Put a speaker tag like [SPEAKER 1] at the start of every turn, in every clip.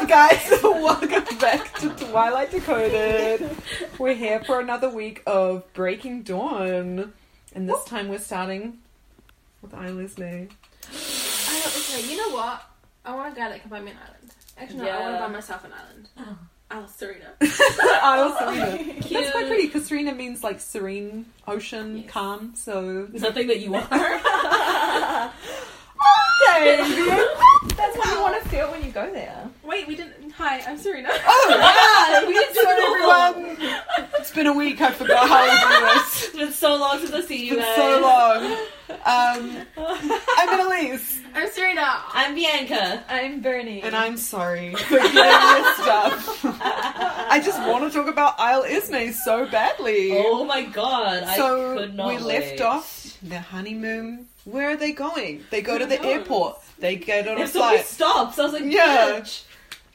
[SPEAKER 1] up, guys? Welcome back to Twilight Decoded. We're here for another week of Breaking Dawn, and this time we're starting with Isla's name.
[SPEAKER 2] I don't, okay, you know what? I want a guy that can buy me an island. Actually, no, I want to
[SPEAKER 3] Yeah.
[SPEAKER 2] buy myself an island.
[SPEAKER 3] Oh.
[SPEAKER 2] I'll Serena.
[SPEAKER 1] Isla Serena.
[SPEAKER 3] Cute.
[SPEAKER 1] That's quite pretty because Serena means like serene, ocean,
[SPEAKER 2] Yes.
[SPEAKER 1] calm. So
[SPEAKER 3] Something that you are.
[SPEAKER 4] That's what you want to feel when you go there.
[SPEAKER 2] Wait, we didn't. Hi, I'm Serena.
[SPEAKER 1] Oh, wow! We did everyone. It's been a week. I forgot how to do this.
[SPEAKER 3] it's been so long since I see you
[SPEAKER 1] It's been
[SPEAKER 3] guys.
[SPEAKER 1] so long. Um, I'm Annalise,
[SPEAKER 2] I'm Serena.
[SPEAKER 3] I'm Bianca.
[SPEAKER 4] I'm Bernie.
[SPEAKER 1] and I'm sorry for getting this up. I just want to talk about Isle Ismay so badly.
[SPEAKER 3] Oh my god, I
[SPEAKER 1] so
[SPEAKER 3] could not.
[SPEAKER 1] we left
[SPEAKER 3] wait.
[SPEAKER 1] off their honeymoon. Where are they going? They go to the
[SPEAKER 3] knows?
[SPEAKER 1] airport. They get on a
[SPEAKER 3] If somebody
[SPEAKER 1] flight.
[SPEAKER 3] stops, I was like,
[SPEAKER 1] Yeah.
[SPEAKER 3] yeah.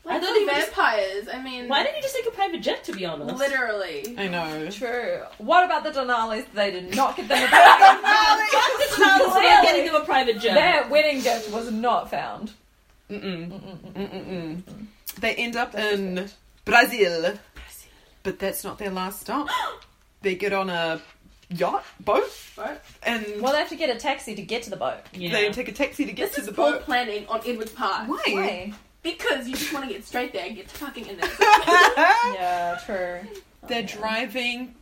[SPEAKER 3] I
[SPEAKER 2] Like
[SPEAKER 3] thought
[SPEAKER 2] the
[SPEAKER 3] he was-
[SPEAKER 2] vampires. I mean,
[SPEAKER 3] Why didn't you just take a private jet? To be honest,
[SPEAKER 2] literally.
[SPEAKER 1] I know.
[SPEAKER 4] True. What about the Donales? They did not get them a present.
[SPEAKER 3] Fuck the Donalds, they are getting them a private jet.
[SPEAKER 4] Their wedding gift was not found.
[SPEAKER 1] Mm-mm. Mm-mm-mm. They end up in Brazil, but that's not their last stop. They get on a yacht, boat,
[SPEAKER 2] What?
[SPEAKER 1] and
[SPEAKER 4] Well, they have to get a taxi to get to the boat.
[SPEAKER 3] Yeah.
[SPEAKER 1] they take a taxi to get
[SPEAKER 2] This
[SPEAKER 1] to
[SPEAKER 2] is
[SPEAKER 1] the
[SPEAKER 2] poor
[SPEAKER 1] boat.
[SPEAKER 2] planning on Edward's part.
[SPEAKER 1] Why?
[SPEAKER 4] Why?
[SPEAKER 2] Because you just want to get straight there and get fucking in there.
[SPEAKER 4] Yeah, true.
[SPEAKER 1] They're driving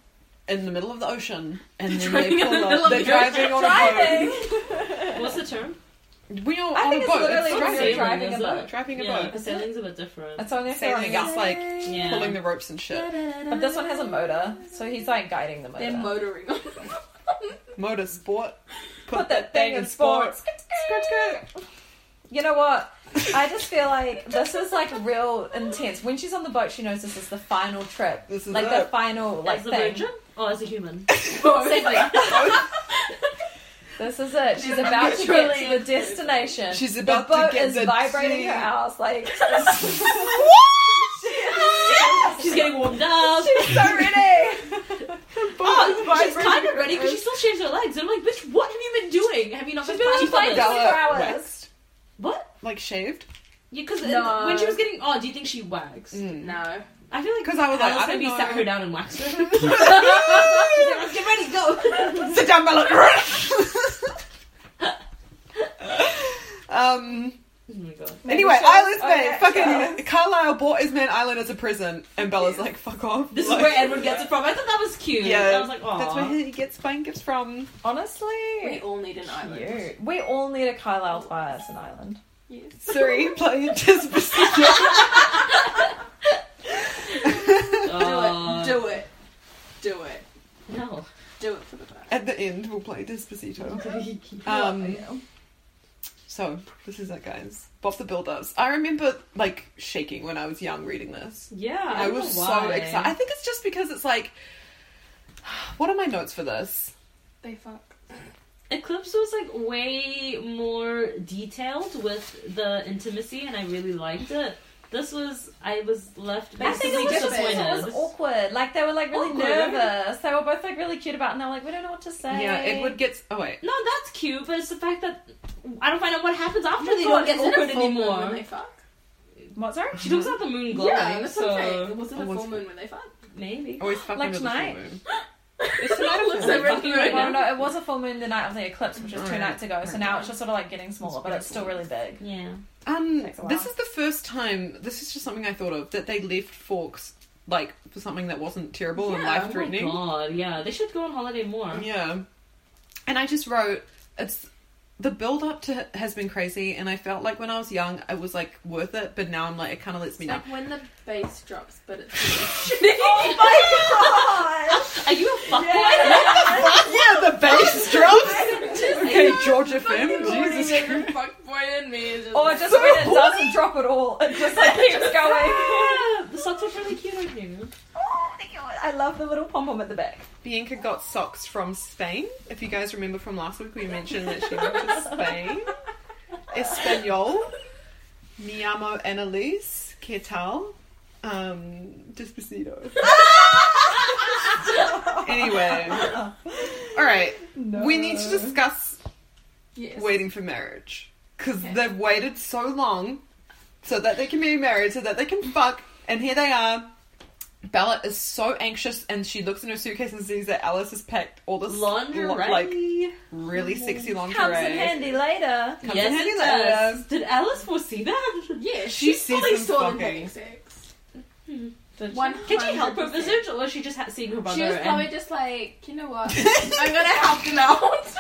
[SPEAKER 1] in the middle of the ocean, and then
[SPEAKER 3] Driving
[SPEAKER 1] they
[SPEAKER 3] in
[SPEAKER 1] pull
[SPEAKER 3] the middle
[SPEAKER 1] up.
[SPEAKER 3] of
[SPEAKER 1] They're
[SPEAKER 3] the ocean.
[SPEAKER 1] driving on a
[SPEAKER 4] Driving!
[SPEAKER 3] What's the term?
[SPEAKER 1] boat. We're on
[SPEAKER 4] I
[SPEAKER 1] a
[SPEAKER 4] think it's
[SPEAKER 1] boat.
[SPEAKER 4] literally
[SPEAKER 1] it's driving.
[SPEAKER 4] just driving
[SPEAKER 3] is
[SPEAKER 4] a boat.
[SPEAKER 1] Driving a
[SPEAKER 3] Yeah,
[SPEAKER 1] boat.
[SPEAKER 3] sailing's a bit different.
[SPEAKER 4] It's only if they're on a
[SPEAKER 1] Sailing is
[SPEAKER 4] yacht.
[SPEAKER 1] like
[SPEAKER 3] Yeah.
[SPEAKER 1] pulling the ropes and shit.
[SPEAKER 4] But this one has a motor, so he's like guiding the
[SPEAKER 2] They're
[SPEAKER 4] motor.
[SPEAKER 2] motoring.
[SPEAKER 1] Motor sport.
[SPEAKER 4] Put that thing in sports.
[SPEAKER 1] Skirt, skirt.
[SPEAKER 4] You know what? I just feel like this is like real intense. When she's on the boat, she knows this is the final trip.
[SPEAKER 1] This is
[SPEAKER 4] like
[SPEAKER 1] it.
[SPEAKER 4] the final like
[SPEAKER 3] as a
[SPEAKER 4] thing.
[SPEAKER 3] virgin or as a human?
[SPEAKER 4] Safely.
[SPEAKER 1] Boat.
[SPEAKER 4] This is it. She's about to get to the destination.
[SPEAKER 1] She's about
[SPEAKER 4] the boat
[SPEAKER 1] to get
[SPEAKER 4] is
[SPEAKER 1] the
[SPEAKER 4] vibrating
[SPEAKER 1] tea.
[SPEAKER 4] her house like
[SPEAKER 3] She's getting warmed up.
[SPEAKER 4] she's so ready.
[SPEAKER 3] oh, she's kind of ready because she still shaves her legs. And I'm like, bitch, what have you been doing? Have you not
[SPEAKER 4] She's
[SPEAKER 3] been
[SPEAKER 4] been on
[SPEAKER 3] party
[SPEAKER 4] a flight
[SPEAKER 3] fuckers?
[SPEAKER 4] down-
[SPEAKER 1] Della
[SPEAKER 4] hours.
[SPEAKER 1] waxed.
[SPEAKER 3] What?
[SPEAKER 1] Like shaved?
[SPEAKER 3] Yeah, because
[SPEAKER 2] No.
[SPEAKER 3] when she was getting oh, do you think she waxed?
[SPEAKER 1] Mm.
[SPEAKER 2] no.
[SPEAKER 3] I feel like
[SPEAKER 1] 'Cause I was like, I
[SPEAKER 3] Alice
[SPEAKER 1] don't
[SPEAKER 3] maybe
[SPEAKER 1] know.
[SPEAKER 3] sat her down and waxed her. Oh She's like, "Let's get ready, go.
[SPEAKER 1] Sit down, Bella. um.
[SPEAKER 3] Oh my god.
[SPEAKER 1] Anyway,
[SPEAKER 4] she was-
[SPEAKER 1] Isla's
[SPEAKER 4] oh,
[SPEAKER 1] Bay.
[SPEAKER 4] yeah,
[SPEAKER 1] fucking Carlisle bought his man Island as a prison, and Bella's like, "Fuck off."
[SPEAKER 3] This
[SPEAKER 1] Like,
[SPEAKER 3] is where Edward gets it from. I thought that was cute.
[SPEAKER 1] Yeah,
[SPEAKER 3] I was like, oh.
[SPEAKER 1] That's where he gets fine gifts from.
[SPEAKER 2] We
[SPEAKER 4] Honestly,
[SPEAKER 2] all need an island.
[SPEAKER 4] cute. We all need a Carlisle fire as an island.
[SPEAKER 2] Yes.
[SPEAKER 1] Sorry, playing just
[SPEAKER 3] Oh.
[SPEAKER 2] Do it. Do it. Do it.
[SPEAKER 3] No.
[SPEAKER 2] Do it for the best.
[SPEAKER 1] At the end, we'll play Despacito. Um, so this is it, guys. Bob the Builders. I remember like shaking when I was young reading this.
[SPEAKER 3] Yeah.
[SPEAKER 1] I,
[SPEAKER 3] don't
[SPEAKER 1] was
[SPEAKER 3] know
[SPEAKER 1] so
[SPEAKER 3] why.
[SPEAKER 1] excited. I think it's just because it's like, what are my notes for this?
[SPEAKER 2] They fuck.
[SPEAKER 3] Eclipse was like way more detailed with the intimacy, and I really liked it. This was I was left
[SPEAKER 4] I think it
[SPEAKER 3] basically
[SPEAKER 4] was just
[SPEAKER 2] Basically
[SPEAKER 4] because
[SPEAKER 3] disappointed.
[SPEAKER 4] it was awkward. Like they were like really
[SPEAKER 3] Awkward.
[SPEAKER 4] nervous. They were both like really cute about, it, and they were like, we don't know what to say.
[SPEAKER 1] Yeah, Edward gets. Oh wait.
[SPEAKER 3] No, that's cute, but it's the fact that I don't find out what happens after the
[SPEAKER 2] It's
[SPEAKER 3] don't get
[SPEAKER 2] awkward
[SPEAKER 3] awkward
[SPEAKER 2] full moon When they
[SPEAKER 3] anymore.
[SPEAKER 2] fuck.
[SPEAKER 4] What? Sorry.
[SPEAKER 3] She talks about the moon glowing,
[SPEAKER 2] Yeah, that's what I'm saying. Oh,
[SPEAKER 3] so
[SPEAKER 2] It wasn't a
[SPEAKER 1] Almost-
[SPEAKER 2] full moon when they fuck.
[SPEAKER 3] maybe.
[SPEAKER 1] Always fucking
[SPEAKER 4] Like
[SPEAKER 1] with
[SPEAKER 4] tonight.
[SPEAKER 1] The full moon.
[SPEAKER 2] It's
[SPEAKER 1] not a
[SPEAKER 2] looks
[SPEAKER 1] full
[SPEAKER 2] like
[SPEAKER 3] moon.
[SPEAKER 2] fucking
[SPEAKER 3] Right
[SPEAKER 2] right
[SPEAKER 4] Well,
[SPEAKER 2] now.
[SPEAKER 4] no, it was a full moon the night of the eclipse, which was two
[SPEAKER 1] Right,
[SPEAKER 4] nights ago. So
[SPEAKER 1] right.
[SPEAKER 4] now it's just sort of like getting smaller, but it's still really big.
[SPEAKER 3] Yeah.
[SPEAKER 1] Um,
[SPEAKER 4] Takes a
[SPEAKER 1] this
[SPEAKER 4] while.
[SPEAKER 1] is the first time. This is just something I thought of that they left Forks like for something that wasn't terrible and
[SPEAKER 2] Yeah, oh my
[SPEAKER 1] life threatening.
[SPEAKER 3] Oh my god, yeah. They should go on holiday more.
[SPEAKER 1] yeah, and I just wrote it's the build up to it has been crazy, and I felt like when I was young it was like worth it, but now I'm like it kind of lets me
[SPEAKER 2] It's
[SPEAKER 1] down.
[SPEAKER 2] like when the bass drops, but it's.
[SPEAKER 4] oh my god!
[SPEAKER 3] Are you a fuckboy?
[SPEAKER 1] yeah, the bass drops. okay, George FM, Jesus. Christ.
[SPEAKER 2] Jesus. Fuck boy in me is just.
[SPEAKER 4] Or Oh, just when it doesn't drop at all, it just like keeps going.
[SPEAKER 3] Yeah, the socks are really cute on you.
[SPEAKER 4] Oh my god! I love the little pom pom at the back.
[SPEAKER 1] Bianca got socks from Spain. If you guys remember from last week, we mentioned that she went to Spain. Espanol. Me llamo Annalise. ¿Qué tal? Um, Despacito. anyway. Alright. We need to discuss
[SPEAKER 2] Yes.
[SPEAKER 1] waiting for marriage. Because
[SPEAKER 2] Okay.
[SPEAKER 1] they've waited so long so that they can be married, so that they can fuck. And here they are. Bella is so anxious, and she looks in her suitcase and sees that Alice has packed all this lo-
[SPEAKER 3] Lingerie.
[SPEAKER 1] like really sexy lingerie.
[SPEAKER 4] Comes in handy later.
[SPEAKER 1] Comes in
[SPEAKER 3] yes,
[SPEAKER 1] handy
[SPEAKER 3] it
[SPEAKER 1] later.
[SPEAKER 3] does. Did Alice foresee that?
[SPEAKER 2] Yeah,
[SPEAKER 1] She
[SPEAKER 2] she,
[SPEAKER 1] sees
[SPEAKER 2] fully
[SPEAKER 1] them
[SPEAKER 2] saw them
[SPEAKER 1] fucking.
[SPEAKER 2] having sex.
[SPEAKER 4] Did she?
[SPEAKER 2] One
[SPEAKER 3] Did she help her
[SPEAKER 2] hundred
[SPEAKER 3] visit, or was she just ha- seeing her brother?
[SPEAKER 2] She was
[SPEAKER 3] and-
[SPEAKER 2] probably just like, you know what? I'm gonna help them out.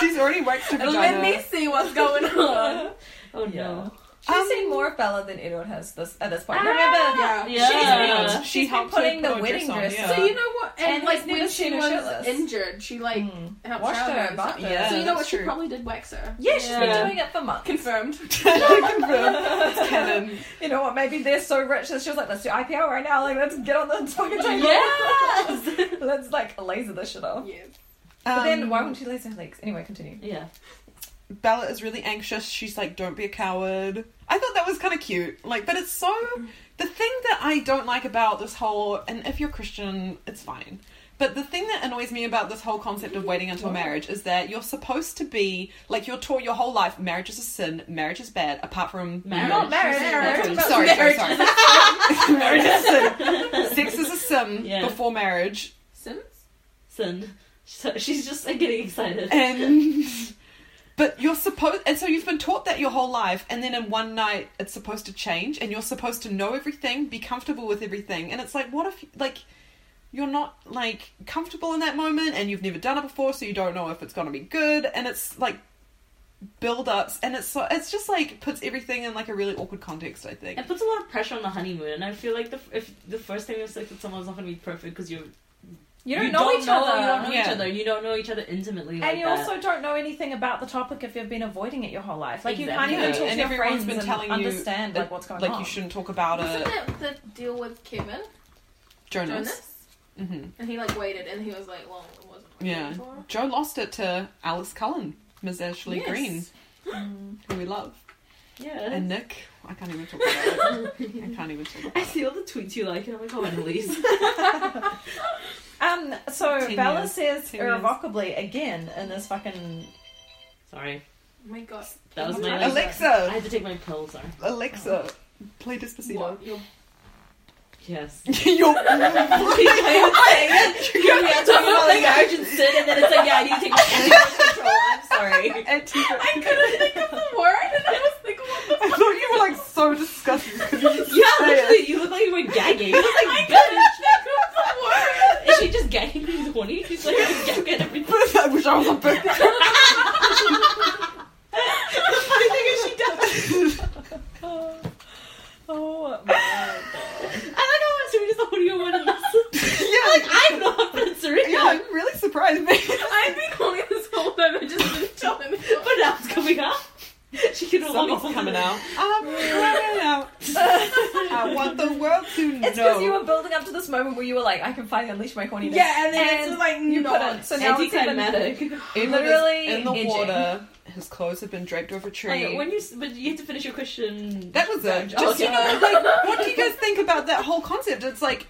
[SPEAKER 1] She's already waxed her
[SPEAKER 2] Let
[SPEAKER 1] vagina.
[SPEAKER 2] me see what's going on.
[SPEAKER 3] oh
[SPEAKER 4] Yeah.
[SPEAKER 3] no.
[SPEAKER 4] She's
[SPEAKER 1] Um,
[SPEAKER 4] seen more of Bella than Edward has this at this point.
[SPEAKER 3] Ah,
[SPEAKER 4] Remember,
[SPEAKER 2] yeah.
[SPEAKER 3] Yeah.
[SPEAKER 4] She's
[SPEAKER 1] Yeah.
[SPEAKER 4] been-
[SPEAKER 1] She
[SPEAKER 4] she's been
[SPEAKER 1] helped her
[SPEAKER 4] putting the
[SPEAKER 1] put a
[SPEAKER 4] wedding
[SPEAKER 1] dress on,
[SPEAKER 4] dress.
[SPEAKER 1] yeah.
[SPEAKER 4] on.
[SPEAKER 2] So you know what? And,
[SPEAKER 4] And
[SPEAKER 2] like
[SPEAKER 4] he's never
[SPEAKER 2] when
[SPEAKER 4] seen
[SPEAKER 2] she
[SPEAKER 4] her
[SPEAKER 2] was
[SPEAKER 4] shirtless.
[SPEAKER 2] injured, she like
[SPEAKER 4] Mm.
[SPEAKER 2] helped
[SPEAKER 4] Washed
[SPEAKER 2] shower
[SPEAKER 4] her
[SPEAKER 2] and
[SPEAKER 4] butt,
[SPEAKER 2] stuff.
[SPEAKER 1] yeah,
[SPEAKER 2] so you know
[SPEAKER 1] that's
[SPEAKER 2] what? She
[SPEAKER 1] true.
[SPEAKER 2] probably did wax her.
[SPEAKER 4] Yeah, she's been
[SPEAKER 3] Yeah.
[SPEAKER 4] doing it for months.
[SPEAKER 2] Confirmed.
[SPEAKER 1] Confirmed. It's canon.
[SPEAKER 4] You know what? Maybe they're so rich that she was like, "Let's do IPL right now. Like, let's get on the fucking table.
[SPEAKER 3] Yes.
[SPEAKER 4] let's like laser this shit off."
[SPEAKER 2] Yeah.
[SPEAKER 4] But then,
[SPEAKER 1] Um,
[SPEAKER 4] why wouldn't she laser her legs? Anyway, continue.
[SPEAKER 3] yeah.
[SPEAKER 1] Bella is really anxious. She's like, "Don't be a coward." I thought that was kind of cute. Like, but it's so the thing that I don't like about this whole and if you're Christian, it's fine. But the thing that annoys me about this whole concept of waiting until marriage is that you're supposed to be like you're taught your whole life marriage is a sin, marriage is bad, apart from
[SPEAKER 3] Marriage.
[SPEAKER 4] Not married.
[SPEAKER 3] Marriage.
[SPEAKER 4] married.
[SPEAKER 1] Sorry, sorry,
[SPEAKER 2] Marriage
[SPEAKER 1] sorry. marriage is a sin. Sex is a sin
[SPEAKER 3] Yeah.
[SPEAKER 1] before marriage,
[SPEAKER 2] Sims.
[SPEAKER 3] Sin. So she's just like getting excited.
[SPEAKER 1] and but you're supposed and so you've been taught that your whole life and then in one night it's supposed to change and you're supposed to know everything be comfortable with everything and it's like what if like you're not like comfortable in that moment and you've never done it before so you don't know if it's going to be good and it's like build-ups and it's so it's just like puts everything in like a really awkward context i think
[SPEAKER 3] It puts a lot of pressure on the honeymoon, and I feel like the f- if the first time you're sick with someone's not gonna be perfect because you're
[SPEAKER 4] You don't know each other.
[SPEAKER 3] You don't know
[SPEAKER 1] Yeah.
[SPEAKER 3] each other. You don't know each other intimately. like
[SPEAKER 4] and you
[SPEAKER 3] that.
[SPEAKER 4] also don't know anything about the topic if you've been avoiding it your whole life. Like you can't even
[SPEAKER 1] Exactly.
[SPEAKER 4] talk
[SPEAKER 1] And
[SPEAKER 4] to your
[SPEAKER 1] everyone's
[SPEAKER 4] friends
[SPEAKER 1] been
[SPEAKER 4] and
[SPEAKER 1] telling you
[SPEAKER 4] understand
[SPEAKER 1] that-
[SPEAKER 4] like what's going
[SPEAKER 1] like
[SPEAKER 4] on.
[SPEAKER 1] you shouldn't talk about
[SPEAKER 2] Wasn't
[SPEAKER 1] it
[SPEAKER 2] that the deal with Kevin
[SPEAKER 1] jonas,
[SPEAKER 2] Jonas?
[SPEAKER 1] hmm
[SPEAKER 2] And he like waited, and he was like, "Well, it wasn't." what I
[SPEAKER 1] Yeah.
[SPEAKER 2] waited for."
[SPEAKER 1] joe lost it to alice cullen ms ashley
[SPEAKER 2] Yes.
[SPEAKER 1] green
[SPEAKER 4] Mm.
[SPEAKER 1] who we love
[SPEAKER 3] yeah.
[SPEAKER 1] And Nick, I can't even talk about it. I can't even talk about
[SPEAKER 3] I
[SPEAKER 1] it.
[SPEAKER 3] see all the tweets you like, and I'm like, oh, Annalise.
[SPEAKER 4] Um. So
[SPEAKER 1] Ten
[SPEAKER 4] Bella
[SPEAKER 1] years.
[SPEAKER 4] says
[SPEAKER 1] Ten years.
[SPEAKER 4] irrevocably again in this fucking.
[SPEAKER 3] sorry,
[SPEAKER 2] Oh my god.
[SPEAKER 3] that was my.
[SPEAKER 2] Alexa.
[SPEAKER 3] I
[SPEAKER 1] Alexa,
[SPEAKER 3] had to take my pill. Sorry.
[SPEAKER 1] Alexa, play Despacito.
[SPEAKER 2] What? Your
[SPEAKER 3] Yes.
[SPEAKER 1] You're
[SPEAKER 3] Yeah, we are talking about like marriage and sin, and then it's like, yeah, I need to take my anti-birth control. I'm sorry.
[SPEAKER 1] I
[SPEAKER 2] couldn't think of the word, and I was thinking, what
[SPEAKER 1] I thought you were like so disgusted. because you just
[SPEAKER 3] Oh, Yeah,
[SPEAKER 1] say it.
[SPEAKER 3] literally, you look like you were gagging. I was like, bitch, is she just gagging these horny? She's like, just gagging at everything.
[SPEAKER 1] I wish I was a bitch.
[SPEAKER 4] Oh, oh my
[SPEAKER 3] I like how I'm serious the hornier one in this.
[SPEAKER 1] Yeah, like,
[SPEAKER 3] I'm not, but it's Serena.
[SPEAKER 1] yeah, I'm really surprised. Man.
[SPEAKER 2] I've been calling this whole time, I just didn't tell him.
[SPEAKER 3] But now it's coming up. She can no longer
[SPEAKER 1] Something's coming out. I'm coming out. I want the world to
[SPEAKER 4] It's because
[SPEAKER 1] know.
[SPEAKER 4] you were building up to this moment where you were like, I can finally unleash my horniness.
[SPEAKER 2] yeah, and then
[SPEAKER 4] And
[SPEAKER 2] it's just like,
[SPEAKER 4] you
[SPEAKER 2] no.
[SPEAKER 4] couldn't. So now it's even
[SPEAKER 3] Anticlimactic.
[SPEAKER 1] Edward is
[SPEAKER 4] literally
[SPEAKER 1] in the
[SPEAKER 4] edging.
[SPEAKER 1] water. His clothes have been draped over a tree.
[SPEAKER 3] Wait, when you s- but you have to finish your question.
[SPEAKER 1] That was it.
[SPEAKER 3] Oh,
[SPEAKER 1] Just you
[SPEAKER 3] okay.
[SPEAKER 1] know, like, what do you guys think about that whole concept? It's like,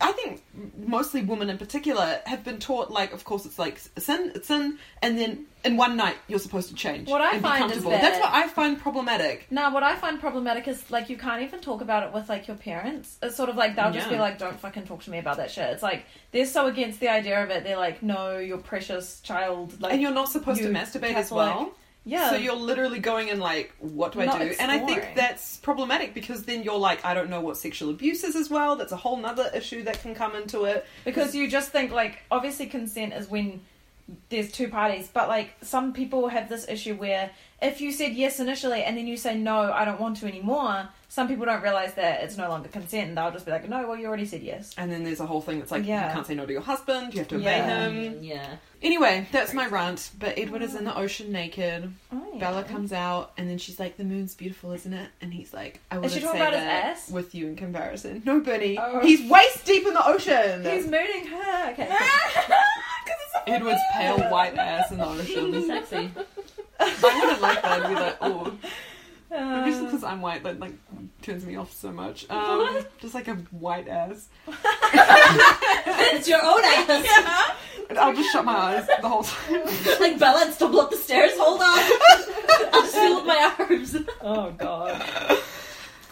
[SPEAKER 1] I think mostly women in particular have been taught, like, of course, it's like sin, it's sin, and then in one night you're supposed to change.
[SPEAKER 4] What I
[SPEAKER 1] and
[SPEAKER 4] find is that-
[SPEAKER 1] that's what I find problematic.
[SPEAKER 4] Now, what I find problematic is like you can't even talk about it with like your parents. It's sort of like they'll just
[SPEAKER 1] Yeah.
[SPEAKER 4] be like, "Don't fucking talk to me about that shit." It's like they're so against the idea of it. They're like, "No, your precious child." Like,
[SPEAKER 1] And you're not supposed to
[SPEAKER 4] you
[SPEAKER 1] masturbate as
[SPEAKER 4] Catholic-
[SPEAKER 1] well.
[SPEAKER 4] yeah.
[SPEAKER 1] So you're literally going and like, what do I
[SPEAKER 4] Not
[SPEAKER 1] do? And I think
[SPEAKER 4] exploring.
[SPEAKER 1] that's problematic because then you're like, I don't know what sexual abuse is as well. That's a whole nother issue that can come into it.
[SPEAKER 4] because you just think like obviously consent is when there's two parties but like some people have this issue where if you said yes initially and then you say no i don't want to anymore some people don't realize that it's no longer consent and they'll just be like no well you already said yes
[SPEAKER 1] And then there's a whole thing that's like,
[SPEAKER 4] Yeah.
[SPEAKER 1] you can't say no to your husband. You have to obey
[SPEAKER 4] Yeah.
[SPEAKER 1] him.
[SPEAKER 3] yeah.
[SPEAKER 1] Anyway, that's my rant. But Edward is in the ocean naked.
[SPEAKER 4] oh, yeah.
[SPEAKER 1] Bella comes out, and then she's like, "The moon's beautiful, isn't it?" And he's like, "I wouldn't
[SPEAKER 4] she
[SPEAKER 1] say
[SPEAKER 4] talking about his
[SPEAKER 1] that
[SPEAKER 4] ass?
[SPEAKER 1] with you in comparison." No, Bernie,
[SPEAKER 4] Oh.
[SPEAKER 1] he's waist deep in the ocean.
[SPEAKER 4] he's mooning her okay
[SPEAKER 1] Edward's pale white ass in the ocean.
[SPEAKER 3] Sexy.
[SPEAKER 1] I wouldn't like that. I'd be like, "Oh, maybe just
[SPEAKER 4] Uh,
[SPEAKER 1] because I'm white, that like turns me off so much." Um, Just like a white ass.
[SPEAKER 3] it's your own ass.
[SPEAKER 1] And I'll just shut my eyes the whole time.
[SPEAKER 3] Like Bella and stumble up the stairs. Hold on. I'll just feel with my arms.
[SPEAKER 4] oh god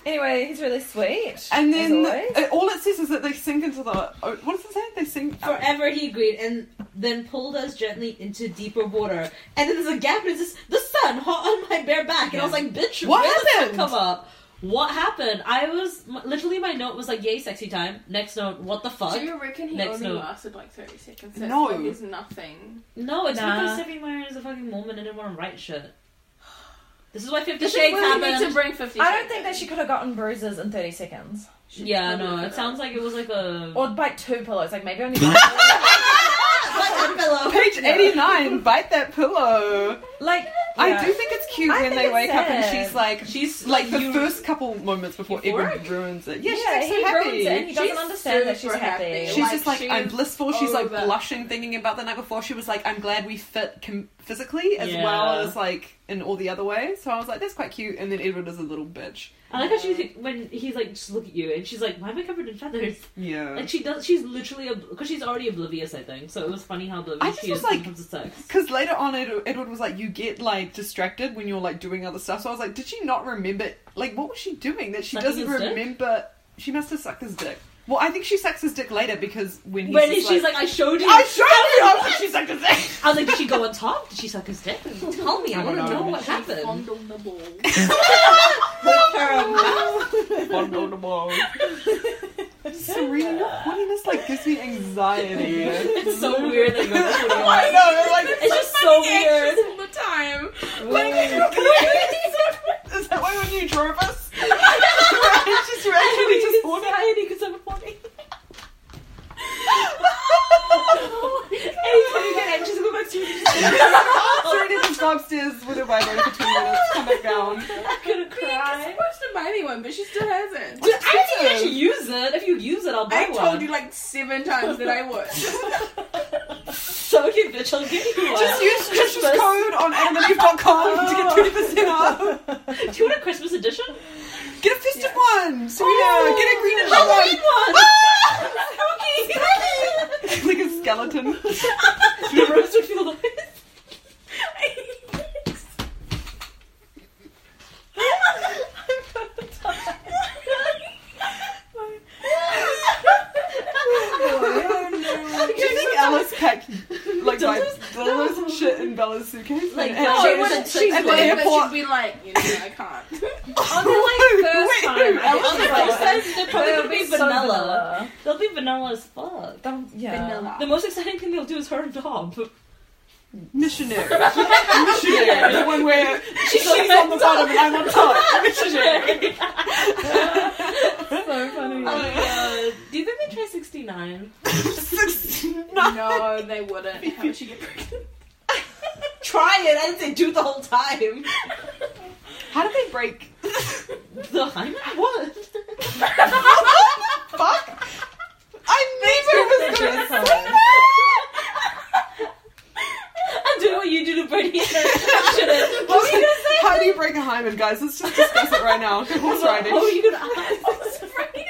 [SPEAKER 4] Anyway, he's really sweet.
[SPEAKER 1] And
[SPEAKER 4] as
[SPEAKER 1] then
[SPEAKER 4] always.
[SPEAKER 1] uh, all it says is that they sink into the. Oh, what does it say? They sink. uh,
[SPEAKER 3] Forever he agreed, and then pulled us gently into deeper water. And then there's a gap, and it's just the sun hot on my bare back. And I was like, "Bitch,
[SPEAKER 1] What
[SPEAKER 3] where the sun
[SPEAKER 1] happened?
[SPEAKER 3] Come up." What happened? I was m- literally my note was like, "Yay, sexy time." Next note, what the fuck?
[SPEAKER 2] Do you reckon he
[SPEAKER 3] Next
[SPEAKER 2] only
[SPEAKER 3] note.
[SPEAKER 2] lasted like 30 seconds? That's
[SPEAKER 1] No.
[SPEAKER 2] why There's nothing.
[SPEAKER 3] No, it's
[SPEAKER 4] Nah.
[SPEAKER 3] because Stephanie Meyer is a fucking woman and didn't want to write shit. This is why Fifty
[SPEAKER 2] This is
[SPEAKER 3] Shades
[SPEAKER 2] where we need to
[SPEAKER 3] happened.
[SPEAKER 2] bring 50
[SPEAKER 4] I don't think that
[SPEAKER 2] Shades
[SPEAKER 4] she could have gotten bruises in 30 seconds.
[SPEAKER 2] in.
[SPEAKER 3] Yeah, no, it sounds like it was like a.
[SPEAKER 4] Or bite two pillows. Like, maybe only bite
[SPEAKER 3] Like a pillow.
[SPEAKER 1] Page 89, bite that pillow.
[SPEAKER 4] Like,
[SPEAKER 1] I
[SPEAKER 4] yeah.
[SPEAKER 1] do think it's cute
[SPEAKER 4] I
[SPEAKER 1] when
[SPEAKER 4] think
[SPEAKER 1] they
[SPEAKER 4] it's
[SPEAKER 1] wake up and
[SPEAKER 4] sad.
[SPEAKER 1] she's like,
[SPEAKER 3] She's
[SPEAKER 1] like the
[SPEAKER 3] you-
[SPEAKER 1] first couple moments before everyone ruins it. Yeah, she's
[SPEAKER 4] Yeah,
[SPEAKER 1] like so
[SPEAKER 4] he
[SPEAKER 1] happy.
[SPEAKER 4] ruins it and he doesn't
[SPEAKER 2] She's
[SPEAKER 4] understand that she's
[SPEAKER 2] super
[SPEAKER 4] happy.
[SPEAKER 2] happy.
[SPEAKER 1] She's
[SPEAKER 2] Like,
[SPEAKER 1] just like,
[SPEAKER 2] she's
[SPEAKER 1] I'm blissful. She's like
[SPEAKER 2] over-
[SPEAKER 1] blushing, thinking about the night before. She was like, I'm glad we fit com- physically as
[SPEAKER 3] Yeah.
[SPEAKER 1] well as like in all the other ways. So I was like, that's quite cute. And then Edward is a little bitch.
[SPEAKER 3] I like how she's like, when he's like, just look at you, and she's like, why am I covered in feathers?
[SPEAKER 1] Yeah.
[SPEAKER 3] Like she does, she's literally because she's already oblivious, I think. So it was funny how
[SPEAKER 1] I
[SPEAKER 3] oblivious
[SPEAKER 1] just
[SPEAKER 3] she
[SPEAKER 1] was
[SPEAKER 3] is when
[SPEAKER 1] like-
[SPEAKER 3] it comes to sex.
[SPEAKER 1] Because later on, Ed- Edward was like, you get like distracted when you're like doing other stuff. So I was like, did she not remember? Like, what was she doing that she
[SPEAKER 3] Sucking
[SPEAKER 1] doesn't
[SPEAKER 3] his dick?
[SPEAKER 1] remember? She must have sucked his dick. Well, I think she sucks his dick later because when he's
[SPEAKER 3] When
[SPEAKER 1] just
[SPEAKER 3] she's like, I showed you.
[SPEAKER 1] I showed you, I was like, she sucked his dick.
[SPEAKER 3] I was like, did she go on top? Did she suck his dick? Tell me, I want
[SPEAKER 1] I don't
[SPEAKER 3] to know
[SPEAKER 1] know.
[SPEAKER 3] what
[SPEAKER 2] She
[SPEAKER 3] happened.
[SPEAKER 2] fondled the ball.
[SPEAKER 1] Vulnerable. Serena, your horniness like gives me anxiety.
[SPEAKER 3] It's so weird that you're
[SPEAKER 1] I know, I'm like,
[SPEAKER 3] It's just so weird.
[SPEAKER 2] Anxious all the time.
[SPEAKER 1] when did you get Is that why when you drove us? it's just you're actually just horny.
[SPEAKER 3] anxiety because I'm horny. Anytime you get anxious, go back to your
[SPEAKER 1] Serena just go upstairs with her vibrator for 20 minutes, come back down.
[SPEAKER 3] gonna
[SPEAKER 2] I'm
[SPEAKER 3] cry.
[SPEAKER 2] supposed to buy me one, but she still hasn't.
[SPEAKER 3] Dude, I think you should use it. If you use it, I'll buy
[SPEAKER 2] I
[SPEAKER 3] one.
[SPEAKER 2] told you like seven times that I would.
[SPEAKER 3] So okay, bitch, I'll give you one.
[SPEAKER 1] Just use Oh. Trish's
[SPEAKER 3] Christmas.
[SPEAKER 1] code on animative.com to
[SPEAKER 3] Oh.
[SPEAKER 1] get 20% off.
[SPEAKER 3] Do you want a Christmas edition?
[SPEAKER 1] Get a festive one! Serena,
[SPEAKER 3] Oh.
[SPEAKER 1] get a green and red one!
[SPEAKER 3] Halloween one.
[SPEAKER 1] It's like a skeleton.
[SPEAKER 3] The rose would feel like.
[SPEAKER 1] Do you think Alice packed like
[SPEAKER 3] Dildos?
[SPEAKER 1] dildos and shit in Bella's suitcase?
[SPEAKER 3] Like,
[SPEAKER 1] and,
[SPEAKER 2] Oh,
[SPEAKER 3] no,
[SPEAKER 1] she
[SPEAKER 3] it
[SPEAKER 1] was
[SPEAKER 3] wasn't-
[SPEAKER 1] she's
[SPEAKER 2] She's
[SPEAKER 1] at the
[SPEAKER 2] like, but
[SPEAKER 1] airport.
[SPEAKER 2] she'd be like, you know, I can't.
[SPEAKER 4] on the like, first
[SPEAKER 1] Wait,
[SPEAKER 4] time, I
[SPEAKER 1] Alice
[SPEAKER 4] think
[SPEAKER 3] On the
[SPEAKER 4] she's
[SPEAKER 3] first
[SPEAKER 4] like,
[SPEAKER 3] time, they'll probably be
[SPEAKER 4] so
[SPEAKER 3] vanilla. They'll be vanilla as fuck.
[SPEAKER 4] vanilla. They'll- yeah.
[SPEAKER 3] The most exciting thing they'll do is her and Dom.
[SPEAKER 1] Missionary. Missionary. The one where she's on the bottom and I'm on top. Missionary.
[SPEAKER 4] So funny.
[SPEAKER 3] Oh my god. Do you think they try 69?
[SPEAKER 2] No, they wouldn't. How would she get pregnant?
[SPEAKER 3] Try it, I didn't say do the whole time.
[SPEAKER 1] How did they break?
[SPEAKER 3] The hymen? What?
[SPEAKER 1] Fuck! I never was gonna say that.
[SPEAKER 3] I'm doing what you do to Brittany. I shouldn't.
[SPEAKER 1] What were you gonna say? How do you break a hymen, guys? Let's just discuss it right now. Horse riding.
[SPEAKER 3] Oh, you gonna ask? riding?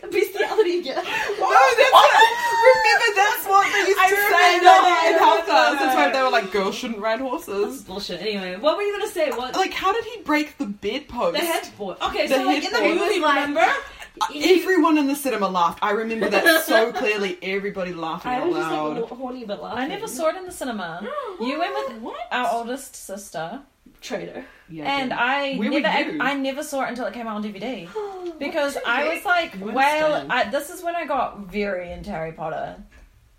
[SPEAKER 3] Bestiality again.
[SPEAKER 1] No, that's what, remember that's what they used to say in,
[SPEAKER 4] remember that,
[SPEAKER 1] in
[SPEAKER 4] I
[SPEAKER 1] health class.
[SPEAKER 4] remember.
[SPEAKER 1] That's why they were like, girls shouldn't ride
[SPEAKER 3] This
[SPEAKER 1] horses.
[SPEAKER 3] is bullshit. Anyway, what were you gonna say? What?
[SPEAKER 1] Like, how did he break the bedpost?
[SPEAKER 3] the head boy. Okay,
[SPEAKER 1] The
[SPEAKER 3] so like in Oh. the
[SPEAKER 1] head boy.
[SPEAKER 3] movie, remember?
[SPEAKER 1] Everyone in the cinema laughed. I remember that so clearly. Everybody laughing
[SPEAKER 3] I
[SPEAKER 1] out
[SPEAKER 3] was just like
[SPEAKER 1] loud.
[SPEAKER 3] ho- horny but laughing.
[SPEAKER 4] I never saw it in the cinema. You went with
[SPEAKER 3] what?
[SPEAKER 4] our oldest sister,
[SPEAKER 3] Traitor.
[SPEAKER 1] Yeah,
[SPEAKER 4] and I
[SPEAKER 1] Where were
[SPEAKER 4] never,
[SPEAKER 1] you?
[SPEAKER 4] I never saw it until it came out on DVD. Because I was like,
[SPEAKER 3] You
[SPEAKER 4] well,
[SPEAKER 3] understand.
[SPEAKER 4] I, this is when I got very into Harry Potter.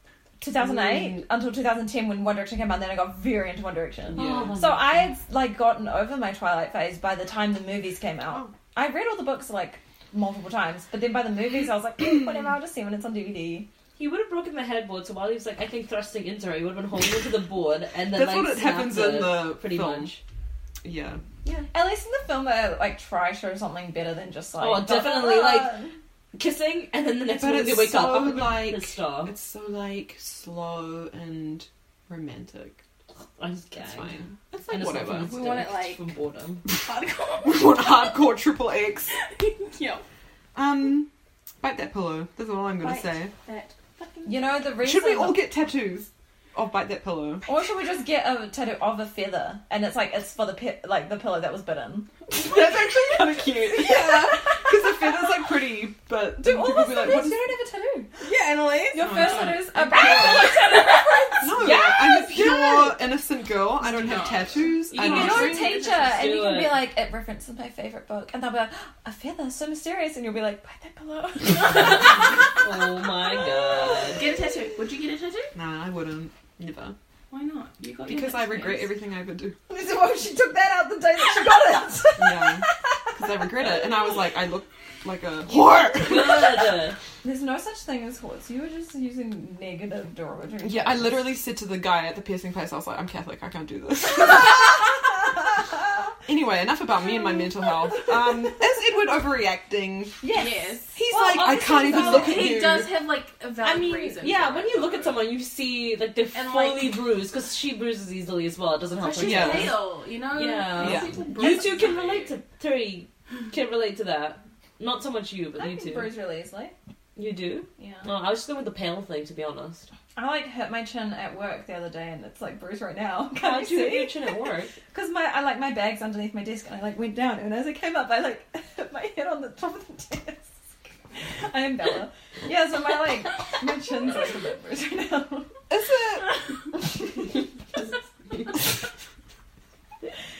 [SPEAKER 3] Mm.
[SPEAKER 4] 2008 until 2010 when One Direction came out, then I got very into One Direction.
[SPEAKER 1] Yeah.
[SPEAKER 3] Oh,
[SPEAKER 4] So I had like gotten over my Twilight phase by the time the movies came out.
[SPEAKER 1] Oh.
[SPEAKER 4] I read all the books like multiple times, but then by the movies I was like, "Eh, whatever, I'll just see when it's on DVD.
[SPEAKER 3] He would have broken the headboard, so while he was like, I think thrusting into her, he would have been holding onto the board, and then
[SPEAKER 1] That's
[SPEAKER 3] like
[SPEAKER 1] what it
[SPEAKER 3] snapped
[SPEAKER 1] happens
[SPEAKER 3] it,
[SPEAKER 1] in the
[SPEAKER 3] pretty
[SPEAKER 1] film.
[SPEAKER 3] much.
[SPEAKER 1] yeah.
[SPEAKER 4] At least in the film, they like try to show something better than just like.
[SPEAKER 3] Oh, definitely, like- Kissing, and then the next
[SPEAKER 1] But
[SPEAKER 3] morning they
[SPEAKER 1] it's
[SPEAKER 3] wake
[SPEAKER 1] so,
[SPEAKER 3] up
[SPEAKER 1] like-
[SPEAKER 3] pissed off.
[SPEAKER 1] It's so like slow and romantic.
[SPEAKER 3] I'm just
[SPEAKER 1] It's
[SPEAKER 3] gagged.
[SPEAKER 1] fine. It's
[SPEAKER 3] And
[SPEAKER 1] like
[SPEAKER 3] it's not
[SPEAKER 1] whatever.
[SPEAKER 3] from
[SPEAKER 2] We want it,
[SPEAKER 3] instinct,
[SPEAKER 2] like-
[SPEAKER 3] it's from boredom.
[SPEAKER 2] Hardcore.
[SPEAKER 1] We want hardcore triple X.
[SPEAKER 2] Yo,
[SPEAKER 1] Um, bite that pillow. That's all I'm gonna
[SPEAKER 2] Bite.
[SPEAKER 1] say.
[SPEAKER 2] that fucking.
[SPEAKER 4] you know the reason.
[SPEAKER 1] Should we all get tattoos of bite that pillow?
[SPEAKER 4] Or should we just get a tattoo of a feather, and it's like it's for the pe- like the pillow that was bitten?
[SPEAKER 1] That's actually kind of cute. Yeah, because the feather's like pretty, but
[SPEAKER 4] Do
[SPEAKER 1] people
[SPEAKER 4] all of us
[SPEAKER 1] be
[SPEAKER 4] do
[SPEAKER 1] like,
[SPEAKER 4] this?
[SPEAKER 1] what is
[SPEAKER 4] You don't have a tattoo.
[SPEAKER 1] Yeah, Annalise.
[SPEAKER 4] Your
[SPEAKER 1] Oh, Ah!
[SPEAKER 4] first
[SPEAKER 1] no.
[SPEAKER 4] tattoos are
[SPEAKER 1] No,
[SPEAKER 4] Yes,
[SPEAKER 1] I'm a pure,
[SPEAKER 4] yes.
[SPEAKER 1] innocent girl. I don't have
[SPEAKER 3] No.
[SPEAKER 1] tattoos.
[SPEAKER 3] You
[SPEAKER 1] I don't.
[SPEAKER 3] can get
[SPEAKER 4] You're a
[SPEAKER 3] Bring the
[SPEAKER 4] teacher,
[SPEAKER 3] pictures
[SPEAKER 4] and you
[SPEAKER 3] to
[SPEAKER 4] can be
[SPEAKER 3] it.
[SPEAKER 4] like, it references my favorite book, and they'll be like, a feather, so mysterious, and you'll be like, buy that pillow.
[SPEAKER 3] Oh my god.
[SPEAKER 2] Get a tattoo. Would you get a tattoo?
[SPEAKER 1] Nah, I wouldn't. Never.
[SPEAKER 3] Why not? You got your
[SPEAKER 1] Because I
[SPEAKER 3] next
[SPEAKER 1] regret
[SPEAKER 3] chance.
[SPEAKER 1] everything I ever do.
[SPEAKER 4] Listen, well, she took that out the day that she got it.
[SPEAKER 1] Yeah. Because I regret it. And I was like, I look like a whore.
[SPEAKER 3] Good.
[SPEAKER 4] There's no such thing as horse. You were just using negative derogatory.
[SPEAKER 1] Yeah, I literally said to the guy at the piercing place, I was like, I'm Catholic, I can't do this. anyway, enough about me and my mental health. Um, is Edward overreacting?
[SPEAKER 4] Yes.
[SPEAKER 1] He's
[SPEAKER 3] Well,
[SPEAKER 1] like, I can't
[SPEAKER 3] obviously,
[SPEAKER 1] even
[SPEAKER 3] though,
[SPEAKER 1] look at
[SPEAKER 2] He
[SPEAKER 1] you.
[SPEAKER 2] does have like a valid
[SPEAKER 3] I mean,
[SPEAKER 2] reason.
[SPEAKER 3] yeah,
[SPEAKER 2] for
[SPEAKER 3] when
[SPEAKER 2] it,
[SPEAKER 3] you look at
[SPEAKER 2] though.
[SPEAKER 3] someone, you see, like, they're
[SPEAKER 2] And, like-
[SPEAKER 3] fully bruised, because she bruises easily as well. It doesn't help
[SPEAKER 2] But
[SPEAKER 3] her.
[SPEAKER 2] she's
[SPEAKER 1] Yeah.
[SPEAKER 3] either.
[SPEAKER 2] pale, you know.
[SPEAKER 3] Yeah.
[SPEAKER 2] These
[SPEAKER 1] Yeah.
[SPEAKER 2] people
[SPEAKER 3] You
[SPEAKER 2] bruise
[SPEAKER 3] two can
[SPEAKER 2] you.
[SPEAKER 3] relate to Terry. Can relate to that. Not so much you, but
[SPEAKER 4] I
[SPEAKER 3] you
[SPEAKER 4] can
[SPEAKER 3] two.
[SPEAKER 4] bruise really easily.
[SPEAKER 3] You do.
[SPEAKER 4] Yeah.
[SPEAKER 3] No, I was just going with the pale thing, to be honest.
[SPEAKER 4] I like hit my chin at work the other day, and it's like bruised right now.
[SPEAKER 3] Why
[SPEAKER 4] Can't
[SPEAKER 3] did you hit your
[SPEAKER 4] you see?
[SPEAKER 3] chin at work?
[SPEAKER 4] Because my I like my bags underneath my desk, and I like went down, and as I came up, I like hit my head on the top of the desk. I am Bella. Yeah, so my like my chin's like a bit bruised right now.
[SPEAKER 1] Is it?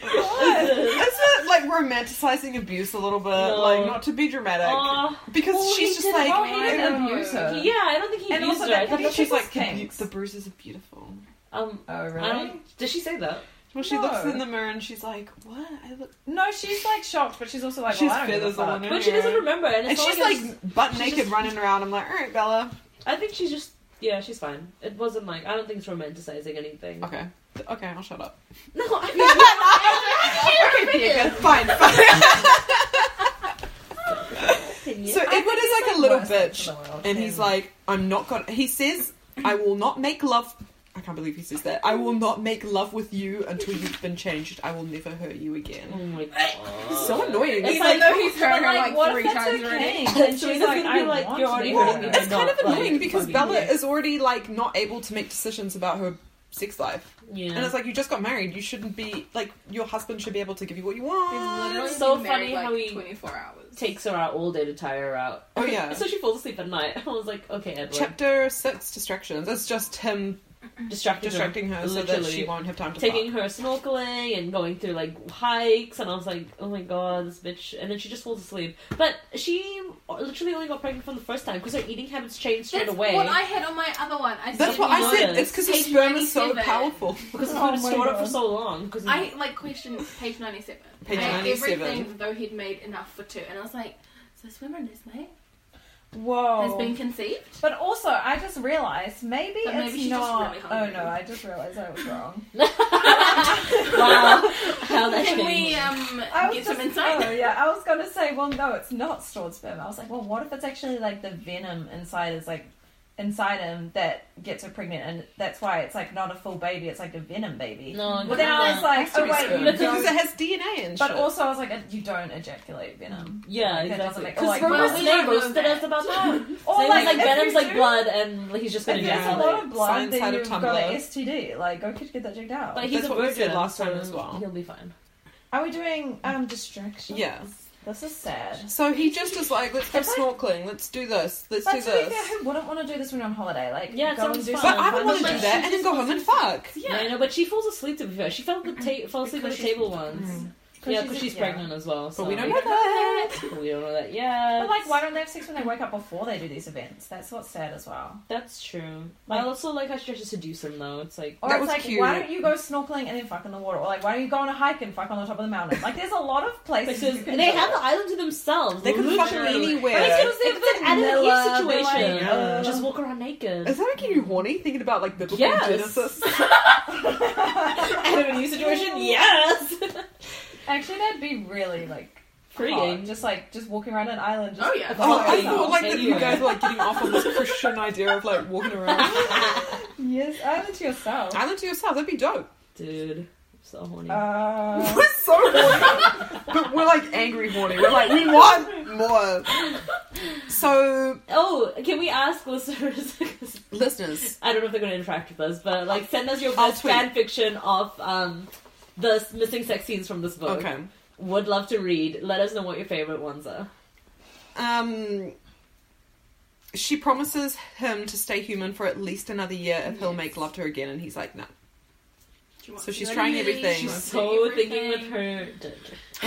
[SPEAKER 4] What?
[SPEAKER 1] Is it like romanticizing abuse a little bit?
[SPEAKER 3] No.
[SPEAKER 1] Like, not to be dramatic.
[SPEAKER 3] Oh,
[SPEAKER 1] because
[SPEAKER 3] well, he
[SPEAKER 1] she's just
[SPEAKER 3] did-
[SPEAKER 1] like,
[SPEAKER 4] Oh, he
[SPEAKER 1] I
[SPEAKER 4] didn't
[SPEAKER 1] don't know.
[SPEAKER 4] abuse her.
[SPEAKER 3] yeah, I don't think he
[SPEAKER 4] And
[SPEAKER 3] used
[SPEAKER 4] also
[SPEAKER 3] her.
[SPEAKER 4] that
[SPEAKER 3] I
[SPEAKER 1] I
[SPEAKER 3] think
[SPEAKER 1] think
[SPEAKER 4] People's
[SPEAKER 1] she's like, the,
[SPEAKER 4] kinks.
[SPEAKER 1] bu- the bruises are beautiful.
[SPEAKER 3] um,
[SPEAKER 4] Oh
[SPEAKER 3] I
[SPEAKER 4] really?
[SPEAKER 3] don't. Did she say that?
[SPEAKER 1] Well, she
[SPEAKER 4] No.
[SPEAKER 1] looks in the mirror and she's like, what? I look...
[SPEAKER 4] No, she's like shocked, but she's also like,
[SPEAKER 1] She's
[SPEAKER 4] well, I don't give a
[SPEAKER 1] feathers all
[SPEAKER 4] fuck.
[SPEAKER 1] in her
[SPEAKER 3] But she doesn't
[SPEAKER 1] hair.
[SPEAKER 3] remember, and,
[SPEAKER 1] And
[SPEAKER 3] it's not
[SPEAKER 1] she's like butt
[SPEAKER 3] she's
[SPEAKER 1] naked
[SPEAKER 3] just-
[SPEAKER 1] running around. I'm like, all right, Bella.
[SPEAKER 3] I think she's just. Yeah, she's fine. It wasn't like I don't think it's romanticizing anything.
[SPEAKER 1] Okay. Okay, I'll shut up.
[SPEAKER 3] No, I mean,
[SPEAKER 1] Okay, Bianca, fine, fine.
[SPEAKER 3] opinion.
[SPEAKER 1] so
[SPEAKER 4] I think
[SPEAKER 1] Edward
[SPEAKER 4] he's,
[SPEAKER 1] is like a little
[SPEAKER 4] worse than the
[SPEAKER 1] bitch,
[SPEAKER 4] world,
[SPEAKER 1] and he's
[SPEAKER 4] yeah.
[SPEAKER 1] like, I'm not gonna. He says, I will not make love. I can't believe he says that. I will not make love with you until you've been changed. I will never hurt you
[SPEAKER 3] oh
[SPEAKER 1] again.
[SPEAKER 3] my god,
[SPEAKER 1] So annoying.
[SPEAKER 3] It's
[SPEAKER 1] He's
[SPEAKER 3] like,
[SPEAKER 1] like,
[SPEAKER 2] though he's
[SPEAKER 4] But,
[SPEAKER 2] heard her like
[SPEAKER 4] what
[SPEAKER 2] three
[SPEAKER 4] if that's
[SPEAKER 2] times
[SPEAKER 4] her
[SPEAKER 2] already.
[SPEAKER 4] king?
[SPEAKER 3] And she's
[SPEAKER 4] And she's
[SPEAKER 3] gonna
[SPEAKER 4] like,
[SPEAKER 3] be
[SPEAKER 4] I
[SPEAKER 3] like,
[SPEAKER 4] want
[SPEAKER 3] you're
[SPEAKER 4] to
[SPEAKER 3] already
[SPEAKER 4] be
[SPEAKER 3] hurting
[SPEAKER 4] with
[SPEAKER 3] me.
[SPEAKER 4] her.
[SPEAKER 1] it's kind of
[SPEAKER 3] not, like,
[SPEAKER 1] annoying because
[SPEAKER 3] fucking
[SPEAKER 1] Bella
[SPEAKER 3] you.
[SPEAKER 1] is already like not able to make decisions about her sex life,
[SPEAKER 3] yeah.
[SPEAKER 1] and it's like you just got married. You shouldn't be like your husband should be able to give you what you want.
[SPEAKER 2] They've literally
[SPEAKER 3] So
[SPEAKER 2] been
[SPEAKER 3] funny
[SPEAKER 2] married, like,
[SPEAKER 3] how he
[SPEAKER 2] 24 hours.
[SPEAKER 3] takes her out all day to tire her out.
[SPEAKER 1] Oh, yeah.
[SPEAKER 3] so she falls asleep at night. I was like, okay, Edward,
[SPEAKER 1] Chapter six distractions. It's just him
[SPEAKER 3] distracting,
[SPEAKER 1] distracting her so that
[SPEAKER 3] Literally.
[SPEAKER 1] she won't have time to fuck.
[SPEAKER 3] taking her snorkeling and going through like hikes and I was like oh my god this bitch and then she just falls asleep but she literally only got pregnant from the first time because her eating habits changed straight
[SPEAKER 2] That's
[SPEAKER 3] away
[SPEAKER 2] what I had on my other one. I
[SPEAKER 1] That's
[SPEAKER 2] said-
[SPEAKER 1] what I said.
[SPEAKER 3] notice.
[SPEAKER 1] It's because the
[SPEAKER 2] Page
[SPEAKER 1] sperm is so
[SPEAKER 2] 97.
[SPEAKER 1] powerful.
[SPEAKER 3] because the
[SPEAKER 4] Oh
[SPEAKER 3] food is
[SPEAKER 4] my
[SPEAKER 3] stored up for
[SPEAKER 4] God.
[SPEAKER 3] so long because
[SPEAKER 2] I like questioned page ninety seven.
[SPEAKER 1] Page
[SPEAKER 2] Like,
[SPEAKER 1] 97.
[SPEAKER 2] Everything though he'd made enough for two, and I was like, "So this woman is mate
[SPEAKER 3] Oh.
[SPEAKER 4] Whoa.
[SPEAKER 2] has been conceived."
[SPEAKER 4] But also, I just realised maybe
[SPEAKER 2] But maybe
[SPEAKER 4] it's
[SPEAKER 2] she's just
[SPEAKER 4] not.
[SPEAKER 2] really
[SPEAKER 4] oh
[SPEAKER 2] hungry.
[SPEAKER 4] no, I just realised I was wrong.
[SPEAKER 3] wow how that
[SPEAKER 2] Can we
[SPEAKER 3] changed
[SPEAKER 2] um
[SPEAKER 4] I was
[SPEAKER 2] get
[SPEAKER 4] just,
[SPEAKER 2] some insight?
[SPEAKER 4] Oh, yeah, I was gonna say, well, no, it's not stored sperm. I was like, well, what if it's actually like the venom inside is like inside him that gets her pregnant, and that's why it's like not a full baby. It's like a venom baby.
[SPEAKER 3] no
[SPEAKER 4] But then I was like, oh wait, you
[SPEAKER 3] But
[SPEAKER 4] don't-
[SPEAKER 1] Because it has DNA and
[SPEAKER 4] But
[SPEAKER 1] shit.
[SPEAKER 4] also, I was like, uh, you don't ejaculate venom.
[SPEAKER 3] yeah
[SPEAKER 4] Like, that
[SPEAKER 3] exactly
[SPEAKER 4] doesn't make-
[SPEAKER 3] because
[SPEAKER 4] like,
[SPEAKER 3] remember
[SPEAKER 2] well, we
[SPEAKER 3] Snape
[SPEAKER 2] don't know
[SPEAKER 3] roasted
[SPEAKER 2] that.
[SPEAKER 3] us about that
[SPEAKER 2] Mm-hmm.
[SPEAKER 4] Or
[SPEAKER 3] Snape was like
[SPEAKER 4] if you
[SPEAKER 3] Venom's like
[SPEAKER 4] do-
[SPEAKER 3] blood and like, he's just gonna
[SPEAKER 4] If there's a
[SPEAKER 1] Yeah.
[SPEAKER 4] lot
[SPEAKER 3] ejaculate
[SPEAKER 4] of blood,
[SPEAKER 1] Science
[SPEAKER 4] then
[SPEAKER 1] had a
[SPEAKER 4] you've got
[SPEAKER 1] Tumblr.
[SPEAKER 4] an STD. Like, go get that checked out.
[SPEAKER 3] but he's
[SPEAKER 1] That's
[SPEAKER 3] a
[SPEAKER 1] what we
[SPEAKER 3] virgin
[SPEAKER 1] said last time
[SPEAKER 3] so
[SPEAKER 1] as well.
[SPEAKER 3] he'll be fine
[SPEAKER 4] Are we doing um distractions?
[SPEAKER 1] Yeah.
[SPEAKER 4] This is sad.
[SPEAKER 1] So he just is like, let's go
[SPEAKER 4] If I-
[SPEAKER 1] snorkeling, let's do this, let's
[SPEAKER 4] But
[SPEAKER 1] do
[SPEAKER 4] to be
[SPEAKER 1] this.
[SPEAKER 4] fair, who wouldn't want to do this when you're on holiday? Like,
[SPEAKER 3] Yeah, it
[SPEAKER 4] go and
[SPEAKER 3] sounds
[SPEAKER 4] do
[SPEAKER 3] fun.
[SPEAKER 1] But
[SPEAKER 4] something
[SPEAKER 1] I would
[SPEAKER 4] fun
[SPEAKER 1] want to
[SPEAKER 4] with
[SPEAKER 1] do
[SPEAKER 4] it.
[SPEAKER 1] that and then go home and fuck.
[SPEAKER 3] yeah I
[SPEAKER 2] Yeah.
[SPEAKER 3] know but she falls asleep to be fair she fell, the ta- fell asleep at the
[SPEAKER 2] Because
[SPEAKER 3] table once yeah because she's
[SPEAKER 4] yeah.
[SPEAKER 3] pregnant as well so
[SPEAKER 1] But we don't
[SPEAKER 4] What
[SPEAKER 1] know
[SPEAKER 4] the heck?
[SPEAKER 3] We don't know that yet.
[SPEAKER 4] But like, why don't they have sex when they wake up before they do these events? That's what's sad as well.
[SPEAKER 3] That's true.
[SPEAKER 4] Like-
[SPEAKER 3] I also like how she tries to seduce him though. It's like
[SPEAKER 4] Or
[SPEAKER 1] That
[SPEAKER 4] it's
[SPEAKER 1] was
[SPEAKER 4] like,
[SPEAKER 1] cute.
[SPEAKER 4] why don't you go snorkeling and then fuck in the water? Or like, why don't you go on a hike and fuck on the top of the mountain? Like, there's a lot of places.
[SPEAKER 3] because
[SPEAKER 4] you can
[SPEAKER 3] they
[SPEAKER 4] do
[SPEAKER 3] have
[SPEAKER 4] it.
[SPEAKER 3] the island to themselves.
[SPEAKER 1] They could fuck
[SPEAKER 3] literally.
[SPEAKER 4] But it's
[SPEAKER 1] anywhere.
[SPEAKER 4] because they've
[SPEAKER 3] It's an
[SPEAKER 4] been
[SPEAKER 3] Adam and Eve
[SPEAKER 4] Noah, they're
[SPEAKER 3] situation.
[SPEAKER 4] like, uh,
[SPEAKER 3] Just walk around naked.
[SPEAKER 1] Is that making you horny thinking about like biblical
[SPEAKER 3] Yes.
[SPEAKER 1] Genesis?
[SPEAKER 4] Oh,
[SPEAKER 3] Adam and Eve situation? Yes.
[SPEAKER 4] Actually, that'd be really like.
[SPEAKER 3] Freeing.
[SPEAKER 4] hot. Just like just walking around an island. Just
[SPEAKER 2] Oh, yeah.
[SPEAKER 4] by
[SPEAKER 1] Oh, I
[SPEAKER 4] yourself.
[SPEAKER 1] thought like that you
[SPEAKER 3] Anyway.
[SPEAKER 1] guys were like getting off on this Christian idea of like walking around.
[SPEAKER 4] yes, island to yourself.
[SPEAKER 1] Island to yourself, that'd be dope.
[SPEAKER 3] Dude, I'm so horny.
[SPEAKER 4] Uh,
[SPEAKER 1] We're so horny, but we're like angry horny. We're like, we want more. So
[SPEAKER 3] oh, can we ask listeners? 'cause
[SPEAKER 1] listeners,
[SPEAKER 3] I don't know if they're going to interact with us, but like, send us your
[SPEAKER 1] I'll
[SPEAKER 3] best
[SPEAKER 1] tweet.
[SPEAKER 3] fan fiction of um the s- missing sex scenes from this book.
[SPEAKER 1] okay.
[SPEAKER 3] Would love to read. Let us know what your favorite ones are.
[SPEAKER 1] Um, she promises him to stay human for at least another year if he'll make love to her again, and he's like, no.
[SPEAKER 2] She wants
[SPEAKER 1] So she's
[SPEAKER 2] to
[SPEAKER 1] trying
[SPEAKER 2] know
[SPEAKER 1] everything.
[SPEAKER 2] me, she
[SPEAKER 1] She's
[SPEAKER 2] wants to
[SPEAKER 3] so
[SPEAKER 2] know
[SPEAKER 3] thinking with
[SPEAKER 2] everything.
[SPEAKER 3] her.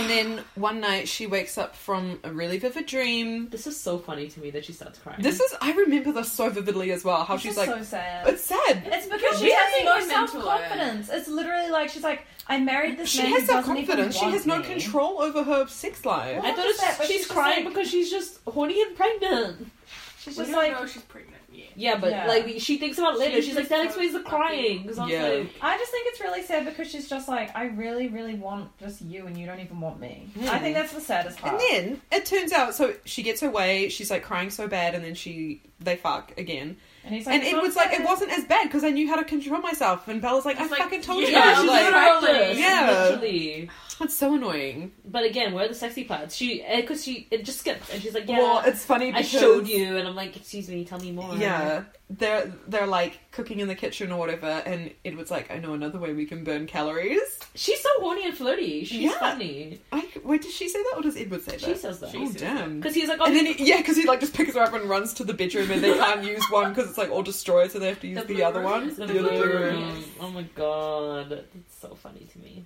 [SPEAKER 1] And then one night she wakes up from a really vivid dream.
[SPEAKER 3] This is so funny to me that she starts crying.
[SPEAKER 1] This is, I remember this so vividly as well. How
[SPEAKER 4] It's
[SPEAKER 1] she's
[SPEAKER 4] just
[SPEAKER 1] like,
[SPEAKER 4] so sad.
[SPEAKER 1] it's sad.
[SPEAKER 4] It's because
[SPEAKER 2] We
[SPEAKER 4] she has
[SPEAKER 2] think
[SPEAKER 4] no
[SPEAKER 2] we're meant to
[SPEAKER 4] self confidence. It's literally like she's like, I married this
[SPEAKER 1] She
[SPEAKER 4] man.
[SPEAKER 1] has
[SPEAKER 4] who
[SPEAKER 1] self
[SPEAKER 4] doesn't even
[SPEAKER 1] confidence. She
[SPEAKER 4] want
[SPEAKER 1] has no
[SPEAKER 4] me."
[SPEAKER 1] control over her sex life.
[SPEAKER 4] What?
[SPEAKER 3] I thought
[SPEAKER 4] is that?
[SPEAKER 3] it's,
[SPEAKER 4] But
[SPEAKER 3] she's
[SPEAKER 4] she's just
[SPEAKER 3] crying
[SPEAKER 4] like-
[SPEAKER 3] because she's just horny and pregnant.
[SPEAKER 4] She's
[SPEAKER 2] We
[SPEAKER 4] just
[SPEAKER 2] don't
[SPEAKER 4] like,
[SPEAKER 2] know she's pregnant yet.
[SPEAKER 3] Yeah, but
[SPEAKER 4] Yeah.
[SPEAKER 3] like she thinks about it later.
[SPEAKER 2] She's
[SPEAKER 3] She's
[SPEAKER 2] just
[SPEAKER 3] like, that
[SPEAKER 2] so
[SPEAKER 3] explains the
[SPEAKER 2] fucking-
[SPEAKER 3] crying. 'Cause I was
[SPEAKER 1] Yeah.
[SPEAKER 3] like,
[SPEAKER 4] I just think it's really sad because she's just like, I really, really want just you, and you don't even want me. I think that's the saddest part.
[SPEAKER 1] And then it turns out, so she gets her way. She's like crying so bad, and then she they fuck again.
[SPEAKER 4] and he's like,
[SPEAKER 1] And
[SPEAKER 4] "It's
[SPEAKER 1] it
[SPEAKER 4] not
[SPEAKER 1] was like it
[SPEAKER 4] fair."
[SPEAKER 1] wasn't as bad because I knew how to control myself. And Bella's like, I
[SPEAKER 2] It's like,
[SPEAKER 1] fucking told
[SPEAKER 2] Yeah,
[SPEAKER 3] Yeah,
[SPEAKER 1] you.
[SPEAKER 2] she's
[SPEAKER 1] Like,
[SPEAKER 2] literally-
[SPEAKER 3] practice,
[SPEAKER 1] Yeah.
[SPEAKER 3] literally.
[SPEAKER 1] it's so annoying.
[SPEAKER 3] But again, where are the sexy parts? She, because she, it just skips, and she's like, yeah,
[SPEAKER 1] Well, it's funny
[SPEAKER 3] I
[SPEAKER 1] because
[SPEAKER 3] showed you, and I'm like, excuse me, tell me more.
[SPEAKER 1] Yeah, they're they're like cooking in the kitchen or whatever, and Edward's like, I know another way we can burn calories.
[SPEAKER 3] she's so horny and flirty. She's
[SPEAKER 1] Yeah.
[SPEAKER 3] funny.
[SPEAKER 1] I wait, does she say that or does Edward say that?
[SPEAKER 3] She says that.
[SPEAKER 1] oh
[SPEAKER 2] says
[SPEAKER 1] damn.
[SPEAKER 3] Because he's like, oh,
[SPEAKER 1] And then he, yeah, because he like just picks her up and runs to the bedroom, and they can't use one because it's like all destroyed, so they have to use the,
[SPEAKER 2] blue
[SPEAKER 1] other
[SPEAKER 2] room.
[SPEAKER 1] one.
[SPEAKER 2] It's
[SPEAKER 3] the
[SPEAKER 1] other
[SPEAKER 3] blue
[SPEAKER 1] blue
[SPEAKER 3] room.
[SPEAKER 1] room.
[SPEAKER 3] Oh my god, it's so funny to me.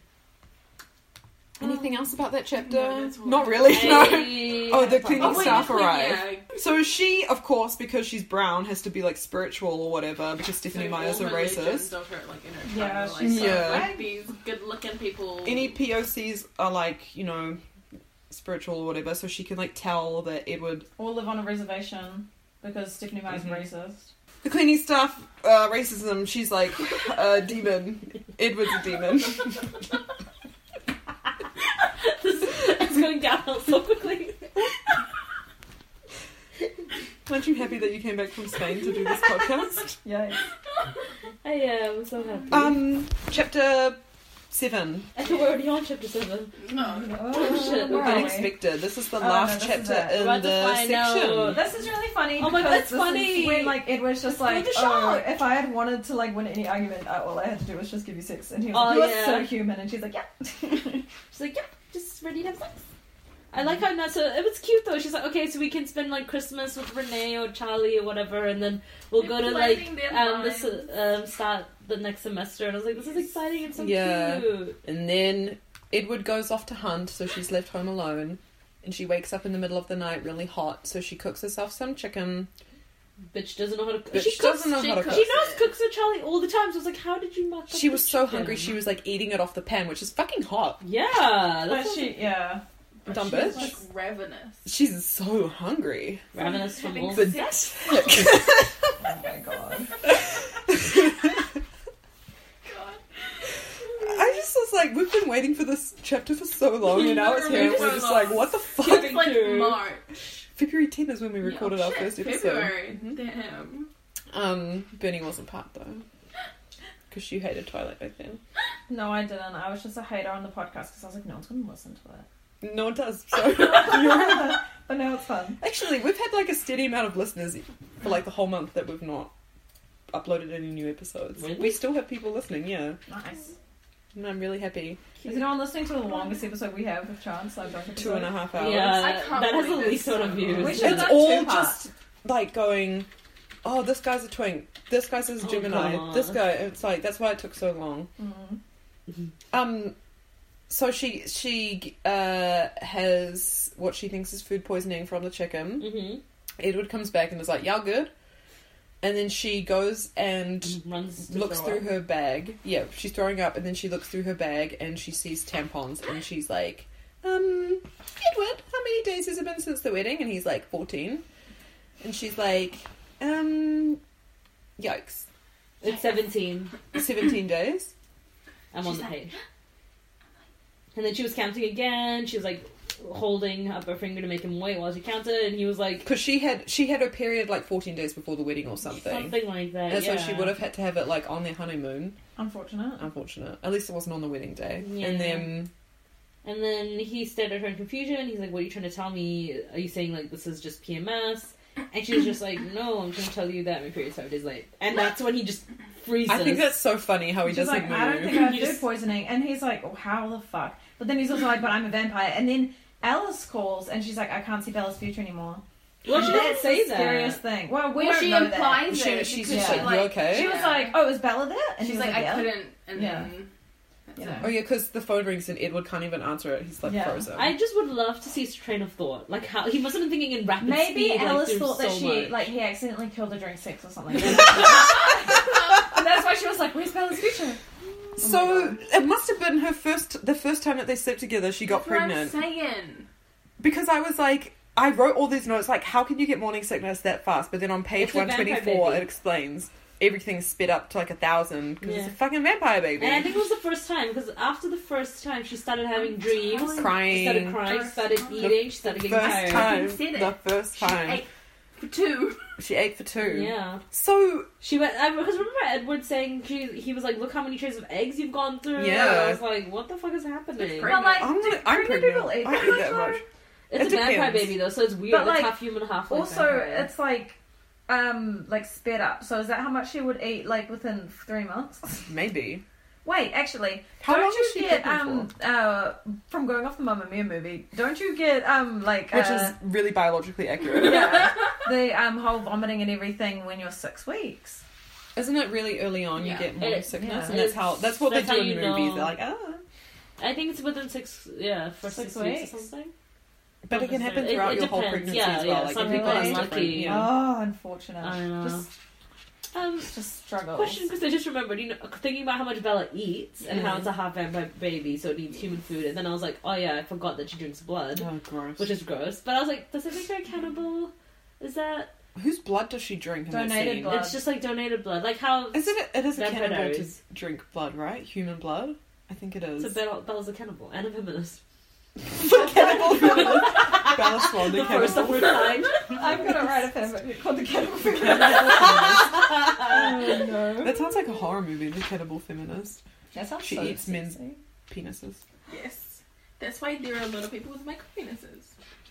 [SPEAKER 1] Anything else about that chapter?
[SPEAKER 2] No, that's all.
[SPEAKER 1] Not really. No.
[SPEAKER 3] Hey.
[SPEAKER 1] Oh, the
[SPEAKER 2] Oh,
[SPEAKER 1] cleaning
[SPEAKER 2] wait,
[SPEAKER 1] staff
[SPEAKER 2] the queen,
[SPEAKER 1] arrive.
[SPEAKER 2] yeah.
[SPEAKER 1] So she, of course, because she's brown, has to be like spiritual or whatever because Stephanie
[SPEAKER 2] So
[SPEAKER 1] Meyer's
[SPEAKER 2] all
[SPEAKER 1] a
[SPEAKER 2] religions
[SPEAKER 1] racist.
[SPEAKER 2] of her, like, in her
[SPEAKER 4] Yeah,
[SPEAKER 2] triangle, like,
[SPEAKER 1] she's-
[SPEAKER 2] so,
[SPEAKER 1] Yeah.
[SPEAKER 2] like, these good-looking people.
[SPEAKER 1] Any POCs are like you know spiritual or whatever, so she can like tell that Edward.
[SPEAKER 4] Or live on a reservation because Stephanie Meyer's
[SPEAKER 1] Mhm.
[SPEAKER 4] racist.
[SPEAKER 1] The cleaning staff, uh, racism. She's like a demon. Edward's a demon.
[SPEAKER 3] This- it's going downhill so quickly.
[SPEAKER 1] Aren't you happy that you came back from Spain to do this podcast?
[SPEAKER 4] Yeah.
[SPEAKER 3] I am so happy.
[SPEAKER 1] Um, chapter seven.
[SPEAKER 3] I thought we're already on chapter seven.
[SPEAKER 2] No.
[SPEAKER 4] Oh,
[SPEAKER 3] shit.
[SPEAKER 4] where are we?
[SPEAKER 1] Unexpected. This is the
[SPEAKER 4] Oh, no,
[SPEAKER 1] last
[SPEAKER 4] this is
[SPEAKER 1] chapter
[SPEAKER 4] it.
[SPEAKER 1] in
[SPEAKER 3] Right
[SPEAKER 1] the
[SPEAKER 3] before I know.
[SPEAKER 1] section.
[SPEAKER 4] This is really funny.
[SPEAKER 3] Oh my God,
[SPEAKER 4] because
[SPEAKER 3] it's
[SPEAKER 4] this is
[SPEAKER 3] funny.
[SPEAKER 4] When like Edward's just like,
[SPEAKER 3] With the
[SPEAKER 4] oh,
[SPEAKER 3] shark.
[SPEAKER 4] if I had wanted to like win any argument, I, all I had to do was just give you sex, and he was
[SPEAKER 3] Oh,
[SPEAKER 4] like, you
[SPEAKER 3] yeah.
[SPEAKER 4] are so human, and she's like, yeah.
[SPEAKER 3] She's like, yeah, just ready to have sex. I like how not so. It was cute though. She's like, okay, so we can spend like Christmas with Renee or Charlie or whatever, and then we'll go to like
[SPEAKER 2] Planning their
[SPEAKER 3] um this
[SPEAKER 2] lives.
[SPEAKER 3] um start the next semester. And I was like, this is exciting. It's so
[SPEAKER 1] Yeah.
[SPEAKER 3] cute.
[SPEAKER 1] And then Edward goes off to hunt, so she's left home alone. And she wakes up in the middle of the night really hot, so she cooks herself some chicken.
[SPEAKER 3] Bitch doesn't know how to. cook.
[SPEAKER 1] Bitch
[SPEAKER 3] she cooks.
[SPEAKER 1] doesn't know
[SPEAKER 2] she
[SPEAKER 1] how to
[SPEAKER 2] cooks.
[SPEAKER 1] cook.
[SPEAKER 3] She knows cooks with Charlie all the time. So I was like, how did you muck? up
[SPEAKER 1] She
[SPEAKER 3] the
[SPEAKER 1] was so
[SPEAKER 3] chicken?
[SPEAKER 1] hungry, she was like eating it off the pan, which is fucking hot.
[SPEAKER 3] Yeah,
[SPEAKER 4] But
[SPEAKER 3] that's
[SPEAKER 4] she, yeah.
[SPEAKER 2] But
[SPEAKER 1] Dumb
[SPEAKER 2] she's,
[SPEAKER 1] bitch.
[SPEAKER 2] like, ravenous.
[SPEAKER 1] She's so hungry.
[SPEAKER 3] ravenous for
[SPEAKER 2] Having
[SPEAKER 3] more.
[SPEAKER 1] But-
[SPEAKER 2] sex?
[SPEAKER 4] Oh my god.
[SPEAKER 2] God.
[SPEAKER 1] I just was like, we've been waiting for this chapter for so long, and now it's here, and we're just like, what the fuck?
[SPEAKER 2] It's like
[SPEAKER 3] Thank you.
[SPEAKER 2] March.
[SPEAKER 1] February 10 is when we recorded
[SPEAKER 2] Yeah,
[SPEAKER 1] our
[SPEAKER 2] Oh, shit,
[SPEAKER 1] first episode.
[SPEAKER 2] February.
[SPEAKER 1] Mhm.
[SPEAKER 2] Damn.
[SPEAKER 1] Um, Bernie wasn't part though, because you hated Twilight back then.
[SPEAKER 4] No, I didn't. I was just a hater on the podcast because I was like, no one's gonna listen to it.
[SPEAKER 1] No one does. So
[SPEAKER 4] but now it's fun.
[SPEAKER 1] actually, we've had like a steady amount of listeners for like the whole month that we've not uploaded any new episodes.
[SPEAKER 3] Really?
[SPEAKER 1] We still have people listening, yeah,
[SPEAKER 4] Nice.
[SPEAKER 1] and I'm really happy.
[SPEAKER 4] Is anyone listening to the longest episode we have of Chance? I've done
[SPEAKER 1] Two and a half hours.
[SPEAKER 2] I
[SPEAKER 3] Yeah,
[SPEAKER 2] can't
[SPEAKER 3] that has the
[SPEAKER 2] believe
[SPEAKER 3] least
[SPEAKER 2] it's
[SPEAKER 3] amount of
[SPEAKER 2] so
[SPEAKER 3] views.
[SPEAKER 2] long.
[SPEAKER 4] We
[SPEAKER 2] It's
[SPEAKER 4] should
[SPEAKER 1] it's
[SPEAKER 4] have done
[SPEAKER 1] all
[SPEAKER 4] two parts.
[SPEAKER 1] just like going. Oh, this guy's a twink. This guy's a
[SPEAKER 3] Oh,
[SPEAKER 1] Gemini.
[SPEAKER 3] God.
[SPEAKER 1] this guy. It's like that's why it took so long.
[SPEAKER 4] Mm.
[SPEAKER 1] Um, so she she uh has what she thinks is food poisoning from the chicken.
[SPEAKER 3] Mm-hmm.
[SPEAKER 1] Edward comes back and is like, "Y'all good?" And then she goes and
[SPEAKER 3] Mm-hmm. Runs to
[SPEAKER 1] looks
[SPEAKER 3] throw
[SPEAKER 1] through
[SPEAKER 3] up.
[SPEAKER 1] her bag. Yeah, she's throwing up, and then she looks through her bag and she sees tampons, and she's like, "Um, Edward, how many days has it been since the wedding?" And he's like, 14. And she's like, "Um, yikes,
[SPEAKER 3] It's seventeen.
[SPEAKER 1] seventeen days."
[SPEAKER 3] I'm on
[SPEAKER 2] She's
[SPEAKER 3] the
[SPEAKER 2] like,
[SPEAKER 3] page. And then she was counting again. She was like holding up her finger to make him wait while she counted, and he was like
[SPEAKER 1] Because she had she had her period like fourteen days before the wedding or something.
[SPEAKER 3] something like that.
[SPEAKER 1] And so
[SPEAKER 3] yeah.
[SPEAKER 1] she would have had to have it like on their honeymoon.
[SPEAKER 4] Unfortunate.
[SPEAKER 1] Unfortunate. At least it wasn't on the wedding day.
[SPEAKER 3] Yeah.
[SPEAKER 1] And then
[SPEAKER 3] And then he stared at her in confusion. He's like, "What are you trying to tell me? Are you saying like this is just PMS?" And she was just like, no, I'm going to tell you that my period's five days late. And that's when he just freezes.
[SPEAKER 1] I think that's so funny how he
[SPEAKER 4] She's
[SPEAKER 1] doesn't
[SPEAKER 4] like,
[SPEAKER 1] move.
[SPEAKER 4] I don't think I
[SPEAKER 3] You
[SPEAKER 4] do
[SPEAKER 3] just-
[SPEAKER 4] poisoning. And he's like, oh, how the fuck? But then he's also like, but I'm a vampire. And then Alice calls and she's like, I can't see Bella's future anymore.
[SPEAKER 3] Well, she
[SPEAKER 4] That's
[SPEAKER 3] didn't say
[SPEAKER 4] the
[SPEAKER 3] that.
[SPEAKER 4] scariest thing. Well, we
[SPEAKER 2] well,
[SPEAKER 4] don't
[SPEAKER 2] she
[SPEAKER 4] know
[SPEAKER 2] implies
[SPEAKER 1] She-
[SPEAKER 2] it.
[SPEAKER 1] she's
[SPEAKER 2] because
[SPEAKER 4] just
[SPEAKER 2] she,
[SPEAKER 4] like,
[SPEAKER 2] like,
[SPEAKER 1] "You okay?"
[SPEAKER 4] that. She was like, oh, is Bella there? And
[SPEAKER 2] she's
[SPEAKER 4] he was
[SPEAKER 2] like, I
[SPEAKER 4] yeah.
[SPEAKER 2] couldn't, and
[SPEAKER 4] Yeah.
[SPEAKER 2] then that's
[SPEAKER 4] Yeah.
[SPEAKER 1] Oh
[SPEAKER 2] it.
[SPEAKER 1] yeah, because the phone rings and Edward can't even answer it. He's like
[SPEAKER 4] Yeah.
[SPEAKER 1] frozen.
[SPEAKER 3] I just would love to see his train of thought. Like, how he must have been thinking in rapid
[SPEAKER 4] Maybe
[SPEAKER 3] speed. like,
[SPEAKER 4] Alice
[SPEAKER 3] there's
[SPEAKER 4] thought that
[SPEAKER 3] so
[SPEAKER 4] she,
[SPEAKER 3] much.
[SPEAKER 4] like, he accidentally killed her during sex or something. and that's why she was like, where's Bella's future?
[SPEAKER 1] so it must have been her first, the first time that they slept together. She got
[SPEAKER 2] That's what
[SPEAKER 1] pregnant
[SPEAKER 2] I'm saying.
[SPEAKER 1] because I was like, I wrote all these notes like, how can you get morning sickness that fast? But then on page
[SPEAKER 3] It's a
[SPEAKER 1] one
[SPEAKER 3] vampire
[SPEAKER 1] twenty four,
[SPEAKER 3] baby.
[SPEAKER 1] it explains everything's sped up to like a thousand because it's
[SPEAKER 3] Yeah.
[SPEAKER 1] a fucking vampire baby.
[SPEAKER 3] And I think it was the first time because after the first time, she started having dreams. She started
[SPEAKER 1] crying.
[SPEAKER 3] crying. She started
[SPEAKER 2] The
[SPEAKER 3] eating. She started getting
[SPEAKER 1] First
[SPEAKER 3] tired.
[SPEAKER 1] time,
[SPEAKER 2] Said it.
[SPEAKER 1] the first
[SPEAKER 2] She
[SPEAKER 1] time
[SPEAKER 2] ate for two.
[SPEAKER 1] she ate for two.
[SPEAKER 3] Yeah,
[SPEAKER 1] So
[SPEAKER 3] she went because remember Edward saying she, he was like, "Look how many trays of eggs you've gone through."
[SPEAKER 1] Yeah.
[SPEAKER 3] I was like, "What the fuck is happening?"
[SPEAKER 2] It's
[SPEAKER 4] But
[SPEAKER 2] Pregnant.
[SPEAKER 4] like,
[SPEAKER 1] I'm
[SPEAKER 4] do
[SPEAKER 1] gonna, I'm
[SPEAKER 4] pregnant
[SPEAKER 1] pregnant.
[SPEAKER 4] people eat
[SPEAKER 1] I
[SPEAKER 4] that
[SPEAKER 1] eat that
[SPEAKER 4] much?
[SPEAKER 1] much.
[SPEAKER 3] It's
[SPEAKER 1] It
[SPEAKER 3] a vampire
[SPEAKER 1] depends.
[SPEAKER 3] baby though, so it's weird.
[SPEAKER 4] But,
[SPEAKER 3] it's
[SPEAKER 4] like,
[SPEAKER 3] half human, half like
[SPEAKER 4] Also,
[SPEAKER 3] vampire.
[SPEAKER 4] it's like, um, like sped up. So is that how much she would eat like within three months?
[SPEAKER 1] Maybe.
[SPEAKER 4] Wait, actually,
[SPEAKER 1] How
[SPEAKER 4] don't
[SPEAKER 1] long
[SPEAKER 4] you
[SPEAKER 1] was she
[SPEAKER 4] get
[SPEAKER 1] pregnant
[SPEAKER 4] um uh from going off the Mamma Mia movie? Don't you get um like
[SPEAKER 1] Which
[SPEAKER 4] uh,
[SPEAKER 1] is really biologically accurate.
[SPEAKER 4] yeah, the um whole vomiting and everything when you're six weeks?
[SPEAKER 1] Isn't it really early on
[SPEAKER 2] Yeah.
[SPEAKER 1] you get morning
[SPEAKER 3] It-
[SPEAKER 1] sickness?
[SPEAKER 4] yeah.
[SPEAKER 1] And that's how that's what
[SPEAKER 3] That's
[SPEAKER 1] they
[SPEAKER 3] how
[SPEAKER 1] do in
[SPEAKER 3] you
[SPEAKER 1] movies.
[SPEAKER 3] know.
[SPEAKER 1] They're like, ah.
[SPEAKER 3] I think it's within six, yeah, for
[SPEAKER 4] Six
[SPEAKER 3] six, weeks.
[SPEAKER 4] weeks.
[SPEAKER 3] or something.
[SPEAKER 1] But it can happen
[SPEAKER 3] It-
[SPEAKER 1] throughout
[SPEAKER 3] it
[SPEAKER 1] your whole
[SPEAKER 3] depends.
[SPEAKER 1] pregnancy
[SPEAKER 3] Yeah,
[SPEAKER 1] as well.
[SPEAKER 3] yeah,
[SPEAKER 1] Like
[SPEAKER 3] some
[SPEAKER 1] every
[SPEAKER 4] people
[SPEAKER 1] body's
[SPEAKER 4] are
[SPEAKER 1] different,
[SPEAKER 3] lucky.
[SPEAKER 1] Yeah.
[SPEAKER 4] Oh, unfortunate.
[SPEAKER 3] I know.
[SPEAKER 4] Just
[SPEAKER 3] Um,
[SPEAKER 4] just struggle.
[SPEAKER 3] question because I just remembered, you know, thinking about how much Bella eats and how
[SPEAKER 1] Mhm.
[SPEAKER 3] it's a half vampire baby, so it needs human food, and then I was like, oh yeah, I forgot that she drinks blood,
[SPEAKER 1] Oh, gross.
[SPEAKER 3] which is gross. But I was like, does it make her a cannibal? Is that
[SPEAKER 1] Whose blood does she drink in
[SPEAKER 4] Donated
[SPEAKER 1] that scene?
[SPEAKER 4] blood.
[SPEAKER 3] it's just like donated blood? Like how
[SPEAKER 1] Is it? It is a
[SPEAKER 3] Vampire
[SPEAKER 1] cannibal to
[SPEAKER 3] Diaries.
[SPEAKER 1] drink blood, right? Human blood. I think it is.
[SPEAKER 3] so Bella, Bella's a cannibal and a feminist.
[SPEAKER 1] cannibal. Bella Swan, the
[SPEAKER 3] The first of
[SPEAKER 1] cannibal.
[SPEAKER 3] her kind.
[SPEAKER 4] I'm gonna write a fanfic called the Kettle oh no.
[SPEAKER 1] That sounds like a horror movie. The cannibal feminist
[SPEAKER 4] That sounds
[SPEAKER 1] She
[SPEAKER 4] so
[SPEAKER 1] eats men's-
[SPEAKER 4] sexy.
[SPEAKER 1] penises.
[SPEAKER 2] Yes. That's why there are a lot of people with micropenises.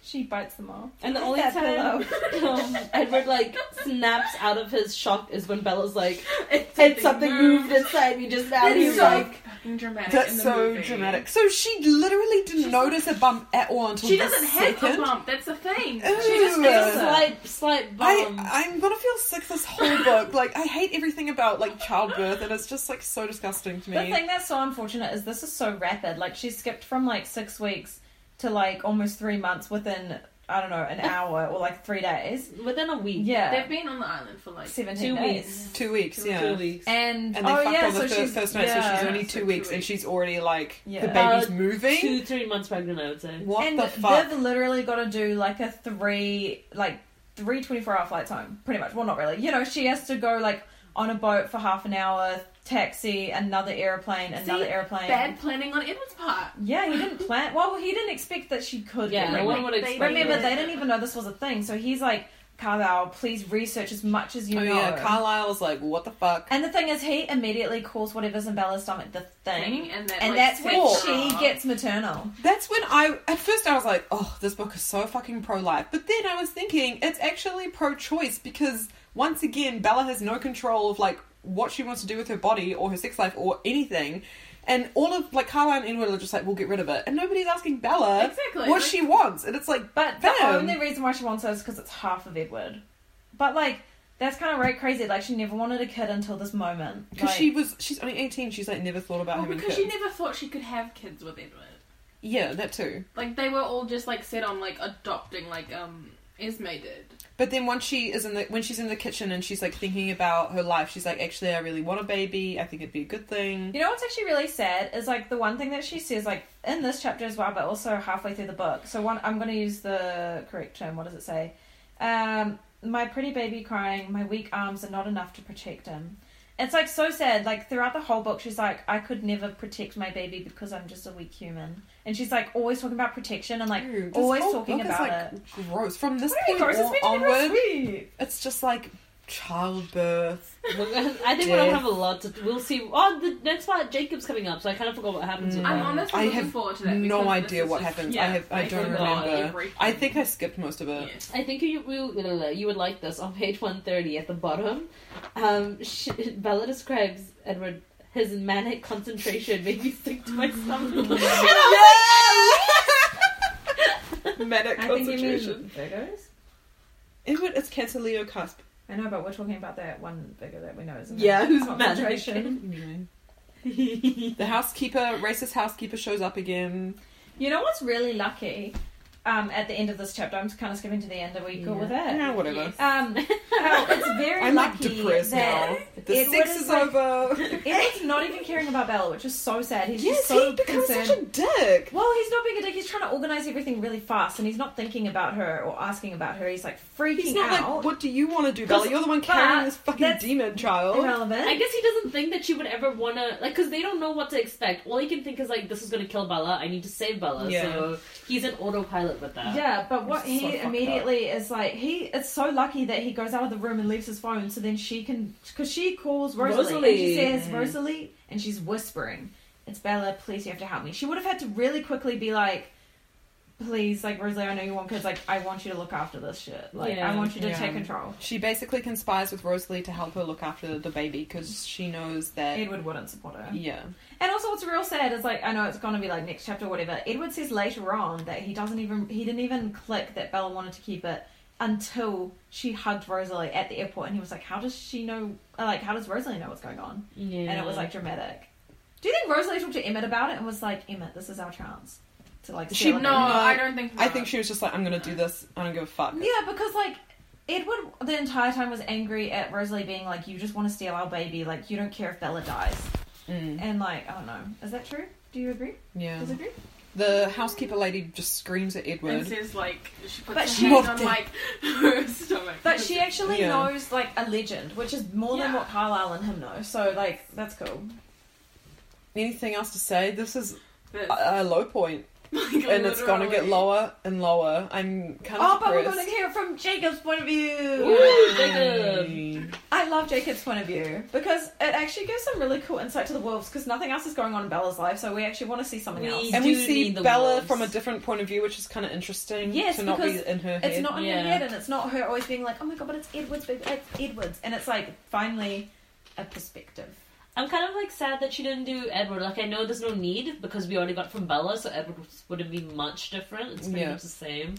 [SPEAKER 4] She bites them off.
[SPEAKER 3] And the only
[SPEAKER 4] That
[SPEAKER 3] time um, Edward like snaps out of his shock is when Bella's like,
[SPEAKER 2] It's
[SPEAKER 3] "It's something moved inside me just now."
[SPEAKER 2] That
[SPEAKER 3] And
[SPEAKER 2] is
[SPEAKER 3] he's
[SPEAKER 2] so
[SPEAKER 3] like,
[SPEAKER 2] fucking dramatic. in
[SPEAKER 1] That's
[SPEAKER 2] the
[SPEAKER 1] so
[SPEAKER 2] movie.
[SPEAKER 1] dramatic. So she literally didn't notice a bump at all until
[SPEAKER 2] She
[SPEAKER 1] the
[SPEAKER 2] doesn't have
[SPEAKER 1] second.
[SPEAKER 2] a bump. That's the thing.
[SPEAKER 1] Ew.
[SPEAKER 2] She just
[SPEAKER 3] "It's a
[SPEAKER 1] Yeah.
[SPEAKER 3] slight, slight
[SPEAKER 4] Um,
[SPEAKER 3] bump."
[SPEAKER 1] I I'm gonna feel sick this whole book. Like I hate everything about like childbirth, and it's just like so disgusting to
[SPEAKER 4] The
[SPEAKER 1] me.
[SPEAKER 4] thing that's so unfortunate is this is so rapid. Like she skipped from like six weeks to like almost three months within I don't know an hour or like three days.
[SPEAKER 3] Within a week,
[SPEAKER 4] Yeah,
[SPEAKER 2] they've been on the island for like
[SPEAKER 4] seventeen
[SPEAKER 3] two
[SPEAKER 4] days.
[SPEAKER 3] weeks,
[SPEAKER 1] Two weeks,
[SPEAKER 2] Two
[SPEAKER 1] yeah.
[SPEAKER 3] two weeks.
[SPEAKER 4] And,
[SPEAKER 1] And they
[SPEAKER 4] oh
[SPEAKER 1] fucked
[SPEAKER 4] yeah,
[SPEAKER 1] on the
[SPEAKER 4] so
[SPEAKER 1] fir-
[SPEAKER 4] she's,
[SPEAKER 1] first night,
[SPEAKER 4] yeah.
[SPEAKER 1] so she's only
[SPEAKER 2] So
[SPEAKER 1] two
[SPEAKER 2] two
[SPEAKER 1] weeks, and
[SPEAKER 2] weeks.
[SPEAKER 1] she's already like the
[SPEAKER 4] Yeah.
[SPEAKER 1] baby's
[SPEAKER 3] Uh,
[SPEAKER 1] moving.
[SPEAKER 3] two, three months pregnant, I would say.
[SPEAKER 1] What
[SPEAKER 4] and
[SPEAKER 1] the fuck?
[SPEAKER 4] they've literally got to do like a three like three 24 hour flights home pretty much well not really you know she has to go like on a boat for half an hour taxi another airplane another
[SPEAKER 2] See,
[SPEAKER 4] airplane
[SPEAKER 2] bad planning on Edward's part.
[SPEAKER 4] yeah he didn't plan well he didn't expect that she could
[SPEAKER 3] Yeah,
[SPEAKER 4] get
[SPEAKER 3] no
[SPEAKER 4] pregnant.
[SPEAKER 3] one would
[SPEAKER 2] They
[SPEAKER 3] expect.
[SPEAKER 2] remember
[SPEAKER 4] remember
[SPEAKER 3] that.
[SPEAKER 4] they didn't even know this was a thing so he's like carlisle please research as much as you
[SPEAKER 1] oh
[SPEAKER 4] know
[SPEAKER 1] yeah, Carlisle's like, what the fuck?
[SPEAKER 4] and the thing is he immediately calls whatever's in bella's stomach the
[SPEAKER 2] Thing
[SPEAKER 4] thing
[SPEAKER 2] and that,
[SPEAKER 4] and
[SPEAKER 2] like,
[SPEAKER 4] that's when
[SPEAKER 1] sets
[SPEAKER 4] she
[SPEAKER 2] her up.
[SPEAKER 4] gets maternal
[SPEAKER 1] That's when I at first I was like, oh, this book is so fucking pro life. But then I was thinking it's actually pro choice because once again Bella has no control of like what she wants to do with her body or her sex life or anything. And all of like Carla and Edward are just like, we'll get rid of it. And nobody's asking Bella
[SPEAKER 2] Exactly.
[SPEAKER 1] what
[SPEAKER 2] Like-
[SPEAKER 1] she wants. And it's like
[SPEAKER 4] But the
[SPEAKER 1] Damn.
[SPEAKER 4] only reason why she wants her is because it's half of Edward. But like, that's kind of right crazy. Like, she never wanted a kid until this moment.
[SPEAKER 1] because
[SPEAKER 4] Like,
[SPEAKER 1] she was she's only eighteen, she's like never thought about
[SPEAKER 2] Well,
[SPEAKER 1] having
[SPEAKER 2] because
[SPEAKER 1] kids.
[SPEAKER 2] she never thought she could have kids with Edward.
[SPEAKER 1] yeah, that too.
[SPEAKER 2] Like they were all just like set on like adopting, like um Esme did.
[SPEAKER 1] But then once she is in the when she's in the kitchen and she's like thinking about her life, she's like, actually, I really want a baby. I think it'd be a good thing.
[SPEAKER 4] You know what's actually really sad is like the one thing that she says like in this chapter as well, but also halfway through the book. So one, I'm going to use the correct term. What does it say? Um, my pretty baby crying. My weak arms are not enough to protect him. It's like so sad. Like throughout the whole book, she's like, I could never protect my baby because I'm just a weak human. And she's like always talking about protection and like
[SPEAKER 1] Ew, this
[SPEAKER 4] always
[SPEAKER 1] whole
[SPEAKER 4] talking
[SPEAKER 1] book
[SPEAKER 4] about
[SPEAKER 1] is
[SPEAKER 4] it.
[SPEAKER 1] like gross. From this
[SPEAKER 4] Wait,
[SPEAKER 1] point
[SPEAKER 4] Doris, it's
[SPEAKER 1] on-
[SPEAKER 4] meant to be
[SPEAKER 1] onward,
[SPEAKER 4] sweet.
[SPEAKER 1] it's just like childbirth.
[SPEAKER 3] We're gonna, I think we don't have a lot to. We'll see. Oh, the next part, Jacob's coming up, so I kind of forgot what happens. with
[SPEAKER 2] I'm
[SPEAKER 3] that.
[SPEAKER 2] honestly
[SPEAKER 1] Mm. I
[SPEAKER 2] looking
[SPEAKER 1] have
[SPEAKER 2] forward to that.
[SPEAKER 1] No
[SPEAKER 2] because this
[SPEAKER 1] idea
[SPEAKER 2] is
[SPEAKER 1] what
[SPEAKER 2] just-
[SPEAKER 1] happens.
[SPEAKER 2] yeah,
[SPEAKER 1] I have. I don't
[SPEAKER 2] forgot
[SPEAKER 1] remember.
[SPEAKER 2] everything.
[SPEAKER 1] I think I skipped most of it.
[SPEAKER 2] Yes.
[SPEAKER 3] I think you will. You would like this on page one thirty at the bottom. Um, she, Bella describes Edward his manic concentration made me sick to my stomach. And I
[SPEAKER 1] Manic
[SPEAKER 4] I think you
[SPEAKER 1] concentration.
[SPEAKER 4] mean Virgos.
[SPEAKER 1] Edward, it's Cancer Leo cusp.
[SPEAKER 4] I know, but we're talking about that one Virgo that we know isn't
[SPEAKER 3] Yeah,
[SPEAKER 4] it?
[SPEAKER 3] who's
[SPEAKER 4] concentration.
[SPEAKER 3] was
[SPEAKER 1] The housekeeper, racist housekeeper, shows up again.
[SPEAKER 4] You know what's really lucky? Um, at the end of this chapter, I'm kind of skipping to the end. Are we cool
[SPEAKER 3] Yeah.
[SPEAKER 4] with that?
[SPEAKER 1] No, whatever. Uh,
[SPEAKER 2] Yes.
[SPEAKER 4] Um, how it's very
[SPEAKER 1] I'm like
[SPEAKER 4] lucky
[SPEAKER 1] depressed
[SPEAKER 4] that
[SPEAKER 1] now. The
[SPEAKER 4] Edward
[SPEAKER 1] sex
[SPEAKER 4] is
[SPEAKER 1] is,
[SPEAKER 4] like-
[SPEAKER 1] over.
[SPEAKER 4] Edward's not even caring about Bella, which is so sad. He's
[SPEAKER 1] yes,
[SPEAKER 4] just so
[SPEAKER 1] he becomes
[SPEAKER 4] concerned.
[SPEAKER 1] such a dick.
[SPEAKER 4] Well, he's not being a dick. He's trying to organize everything really fast, and he's not thinking about her or asking about her. He's like freaking
[SPEAKER 1] He's not
[SPEAKER 4] out.
[SPEAKER 1] like, what do you want to do, Bella? You're the one carrying
[SPEAKER 4] but
[SPEAKER 1] this fucking
[SPEAKER 4] that's-
[SPEAKER 1] demon child.
[SPEAKER 4] Irrelevant.
[SPEAKER 3] I guess he doesn't think that she would ever wanna like because they don't know what to expect. All he can think is like, this is gonna kill Bella. I need to save Bella.
[SPEAKER 1] Yeah.
[SPEAKER 3] So he's an autopilot with that.
[SPEAKER 4] Yeah, but
[SPEAKER 1] It's
[SPEAKER 4] what
[SPEAKER 1] so
[SPEAKER 4] he
[SPEAKER 1] fucked
[SPEAKER 4] immediately is like, he it's so lucky that he goes out of the room and leaves his phone, so then she can, because she calls Rosalie, and
[SPEAKER 3] Rosalie.
[SPEAKER 4] she says Rosalie, and she's whispering, "It's Bella, please, you have to help me." She would have had to really quickly be like, "Please, like Rosalie, I know you want kids, like I want you to look after this shit, like
[SPEAKER 3] Yeah.
[SPEAKER 4] I want you to
[SPEAKER 1] Yeah.
[SPEAKER 4] take control."
[SPEAKER 1] She basically conspires with Rosalie to help her look after the baby because she knows that.
[SPEAKER 4] Edward wouldn't support her.
[SPEAKER 1] Yeah.
[SPEAKER 4] And also, what's real sad is like I know it's gonna be like next chapter or whatever. Edward says later on that he doesn't even he didn't even click that Bella wanted to keep it until she hugged Rosalie at the airport, and he was like, "How does she know? uh, Like, how does Rosalie know what's going on?"
[SPEAKER 3] yeah.
[SPEAKER 4] And it was like dramatic. Do you think Rosalie talked to Emmett about it and was like, "Emmett, this is our chance to like"?
[SPEAKER 1] She-
[SPEAKER 4] celebrate?"
[SPEAKER 2] No, I don't think.
[SPEAKER 1] I think she was just like, I'm gonna do this. I don't give a fuck.
[SPEAKER 4] Yeah, because like Edward the entire time was angry at Rosalie being like, "You just want to steal our baby. Like, you don't care if Bella dies."
[SPEAKER 1] Mm,
[SPEAKER 4] And like, I don't know. Is that true? Do you agree?
[SPEAKER 1] yeah.
[SPEAKER 4] Disagree?
[SPEAKER 1] The housekeeper lady just screams at
[SPEAKER 2] And
[SPEAKER 1] Edward.
[SPEAKER 2] says like she puts
[SPEAKER 4] But
[SPEAKER 2] her
[SPEAKER 4] she-
[SPEAKER 2] hand on like her stomach.
[SPEAKER 4] But she actually
[SPEAKER 1] Yeah.
[SPEAKER 4] knows like a legend, which is more than
[SPEAKER 2] Yeah.
[SPEAKER 4] what Carlisle and him know. So like that's cool.
[SPEAKER 1] Anything else to say? This is
[SPEAKER 2] That's,
[SPEAKER 1] a, a low point,
[SPEAKER 2] like,
[SPEAKER 1] uh, and it's gonna get
[SPEAKER 2] literally-
[SPEAKER 1] lower and lower. I'm kind
[SPEAKER 4] Oh,
[SPEAKER 1] of
[SPEAKER 4] but we're
[SPEAKER 1] depressed.
[SPEAKER 4] gonna hear it from Jacob's point of view.
[SPEAKER 3] Ooh, Jacob.
[SPEAKER 1] Yay.
[SPEAKER 4] I love Jacob's point of view because it actually gives some really cool insight to the wolves because nothing else is going on in Bella's life, so we actually want to see something
[SPEAKER 3] We-
[SPEAKER 4] else.
[SPEAKER 1] And we
[SPEAKER 3] do
[SPEAKER 1] see
[SPEAKER 3] need the
[SPEAKER 1] Bella
[SPEAKER 3] wolves.
[SPEAKER 1] from a different point of view, which is kind of interesting.
[SPEAKER 4] Yes,
[SPEAKER 1] to not be
[SPEAKER 4] because
[SPEAKER 1] in her head.
[SPEAKER 4] It's not in
[SPEAKER 3] Yeah.
[SPEAKER 4] her head, and it's not her always being like, "Oh my god, but it's Edwards, but it's Edwards," and it's like finally a perspective.
[SPEAKER 3] I'm kind of like sad that she didn't do Edward. Like I know there's no need because we already got from Bella, so Edward wouldn't be much different. It's pretty
[SPEAKER 1] Yeah.
[SPEAKER 3] much the same.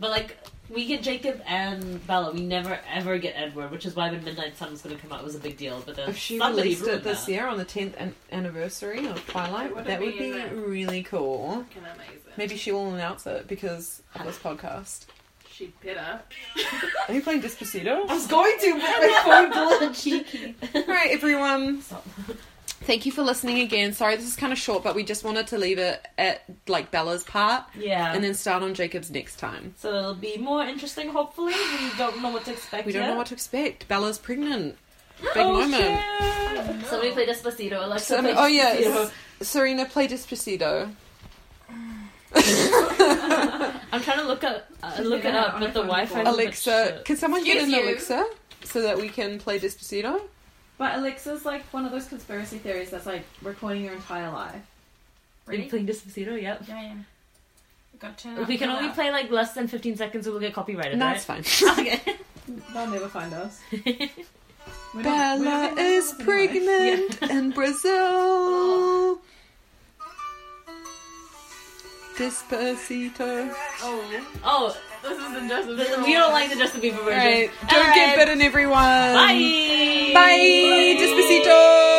[SPEAKER 3] But like we get Jacob and Bella, we never ever get Edward, which is why when Midnight Sun was going to come out it was a big deal. But then
[SPEAKER 1] If she
[SPEAKER 3] somebody
[SPEAKER 1] released it
[SPEAKER 3] ruined
[SPEAKER 1] this
[SPEAKER 3] that.
[SPEAKER 1] year on the 10th an- anniversary of Twilight,
[SPEAKER 2] It would've
[SPEAKER 1] that would be
[SPEAKER 2] been that.
[SPEAKER 1] really cool.
[SPEAKER 2] Fucking amazing.
[SPEAKER 1] Maybe she will announce it because of this podcast.
[SPEAKER 2] she better.
[SPEAKER 1] Are you playing Despacito?
[SPEAKER 3] I was going to, but my phone cheeky.
[SPEAKER 1] All right, everyone.
[SPEAKER 3] Stop.
[SPEAKER 1] Thank you for listening again. Sorry, this is kind of short, but we just wanted to leave it at like Bella's part
[SPEAKER 3] Yeah.
[SPEAKER 1] and then start on Jacob's next time.
[SPEAKER 3] so it'll be more interesting. Hopefully, we don't know what to expect.
[SPEAKER 1] We don't
[SPEAKER 3] yet.
[SPEAKER 1] know what to expect. Bella's pregnant. Big
[SPEAKER 3] oh,
[SPEAKER 1] moment.
[SPEAKER 3] Shit. Somebody play Despacito. Alexa,
[SPEAKER 1] Some-
[SPEAKER 3] play
[SPEAKER 1] oh yeah,
[SPEAKER 3] Despacito.
[SPEAKER 1] S- Serena play Despacito.
[SPEAKER 3] I'm trying to look up, uh, look it
[SPEAKER 4] Yeah,
[SPEAKER 3] up, but the
[SPEAKER 4] iPhone
[SPEAKER 3] Wi-Fi. is a bit
[SPEAKER 1] Alexa,
[SPEAKER 3] shit.
[SPEAKER 1] can someone get an
[SPEAKER 2] Excuse you.
[SPEAKER 1] Alexa so that we can play Despacito?
[SPEAKER 4] But Alexa's like one of those conspiracy theories that's like recording your entire life.
[SPEAKER 3] Are you playing Despacito? Yep.
[SPEAKER 2] Yeah, yeah. Got to. turn it
[SPEAKER 3] We
[SPEAKER 2] up,
[SPEAKER 3] can
[SPEAKER 2] turn it
[SPEAKER 3] only
[SPEAKER 2] up.
[SPEAKER 3] play like less than 15 seconds or we'll get copyrighted,
[SPEAKER 1] No, it's
[SPEAKER 3] right?
[SPEAKER 1] fine.
[SPEAKER 3] okay.
[SPEAKER 4] They'll never find us. We're not- we're
[SPEAKER 1] Bella
[SPEAKER 4] not being
[SPEAKER 1] is
[SPEAKER 4] recorded anyway.
[SPEAKER 1] pregnant in Brazil. Despacito.
[SPEAKER 2] Oh,
[SPEAKER 3] Oh,
[SPEAKER 2] this is the Justin.
[SPEAKER 3] th-
[SPEAKER 2] Bieber
[SPEAKER 3] we don't
[SPEAKER 2] one.
[SPEAKER 3] like the Justin Bieber version.
[SPEAKER 1] Right.
[SPEAKER 3] All
[SPEAKER 1] Don't
[SPEAKER 3] right.
[SPEAKER 1] get bitten, everyone.
[SPEAKER 3] Bye.
[SPEAKER 1] Bye. Despacito.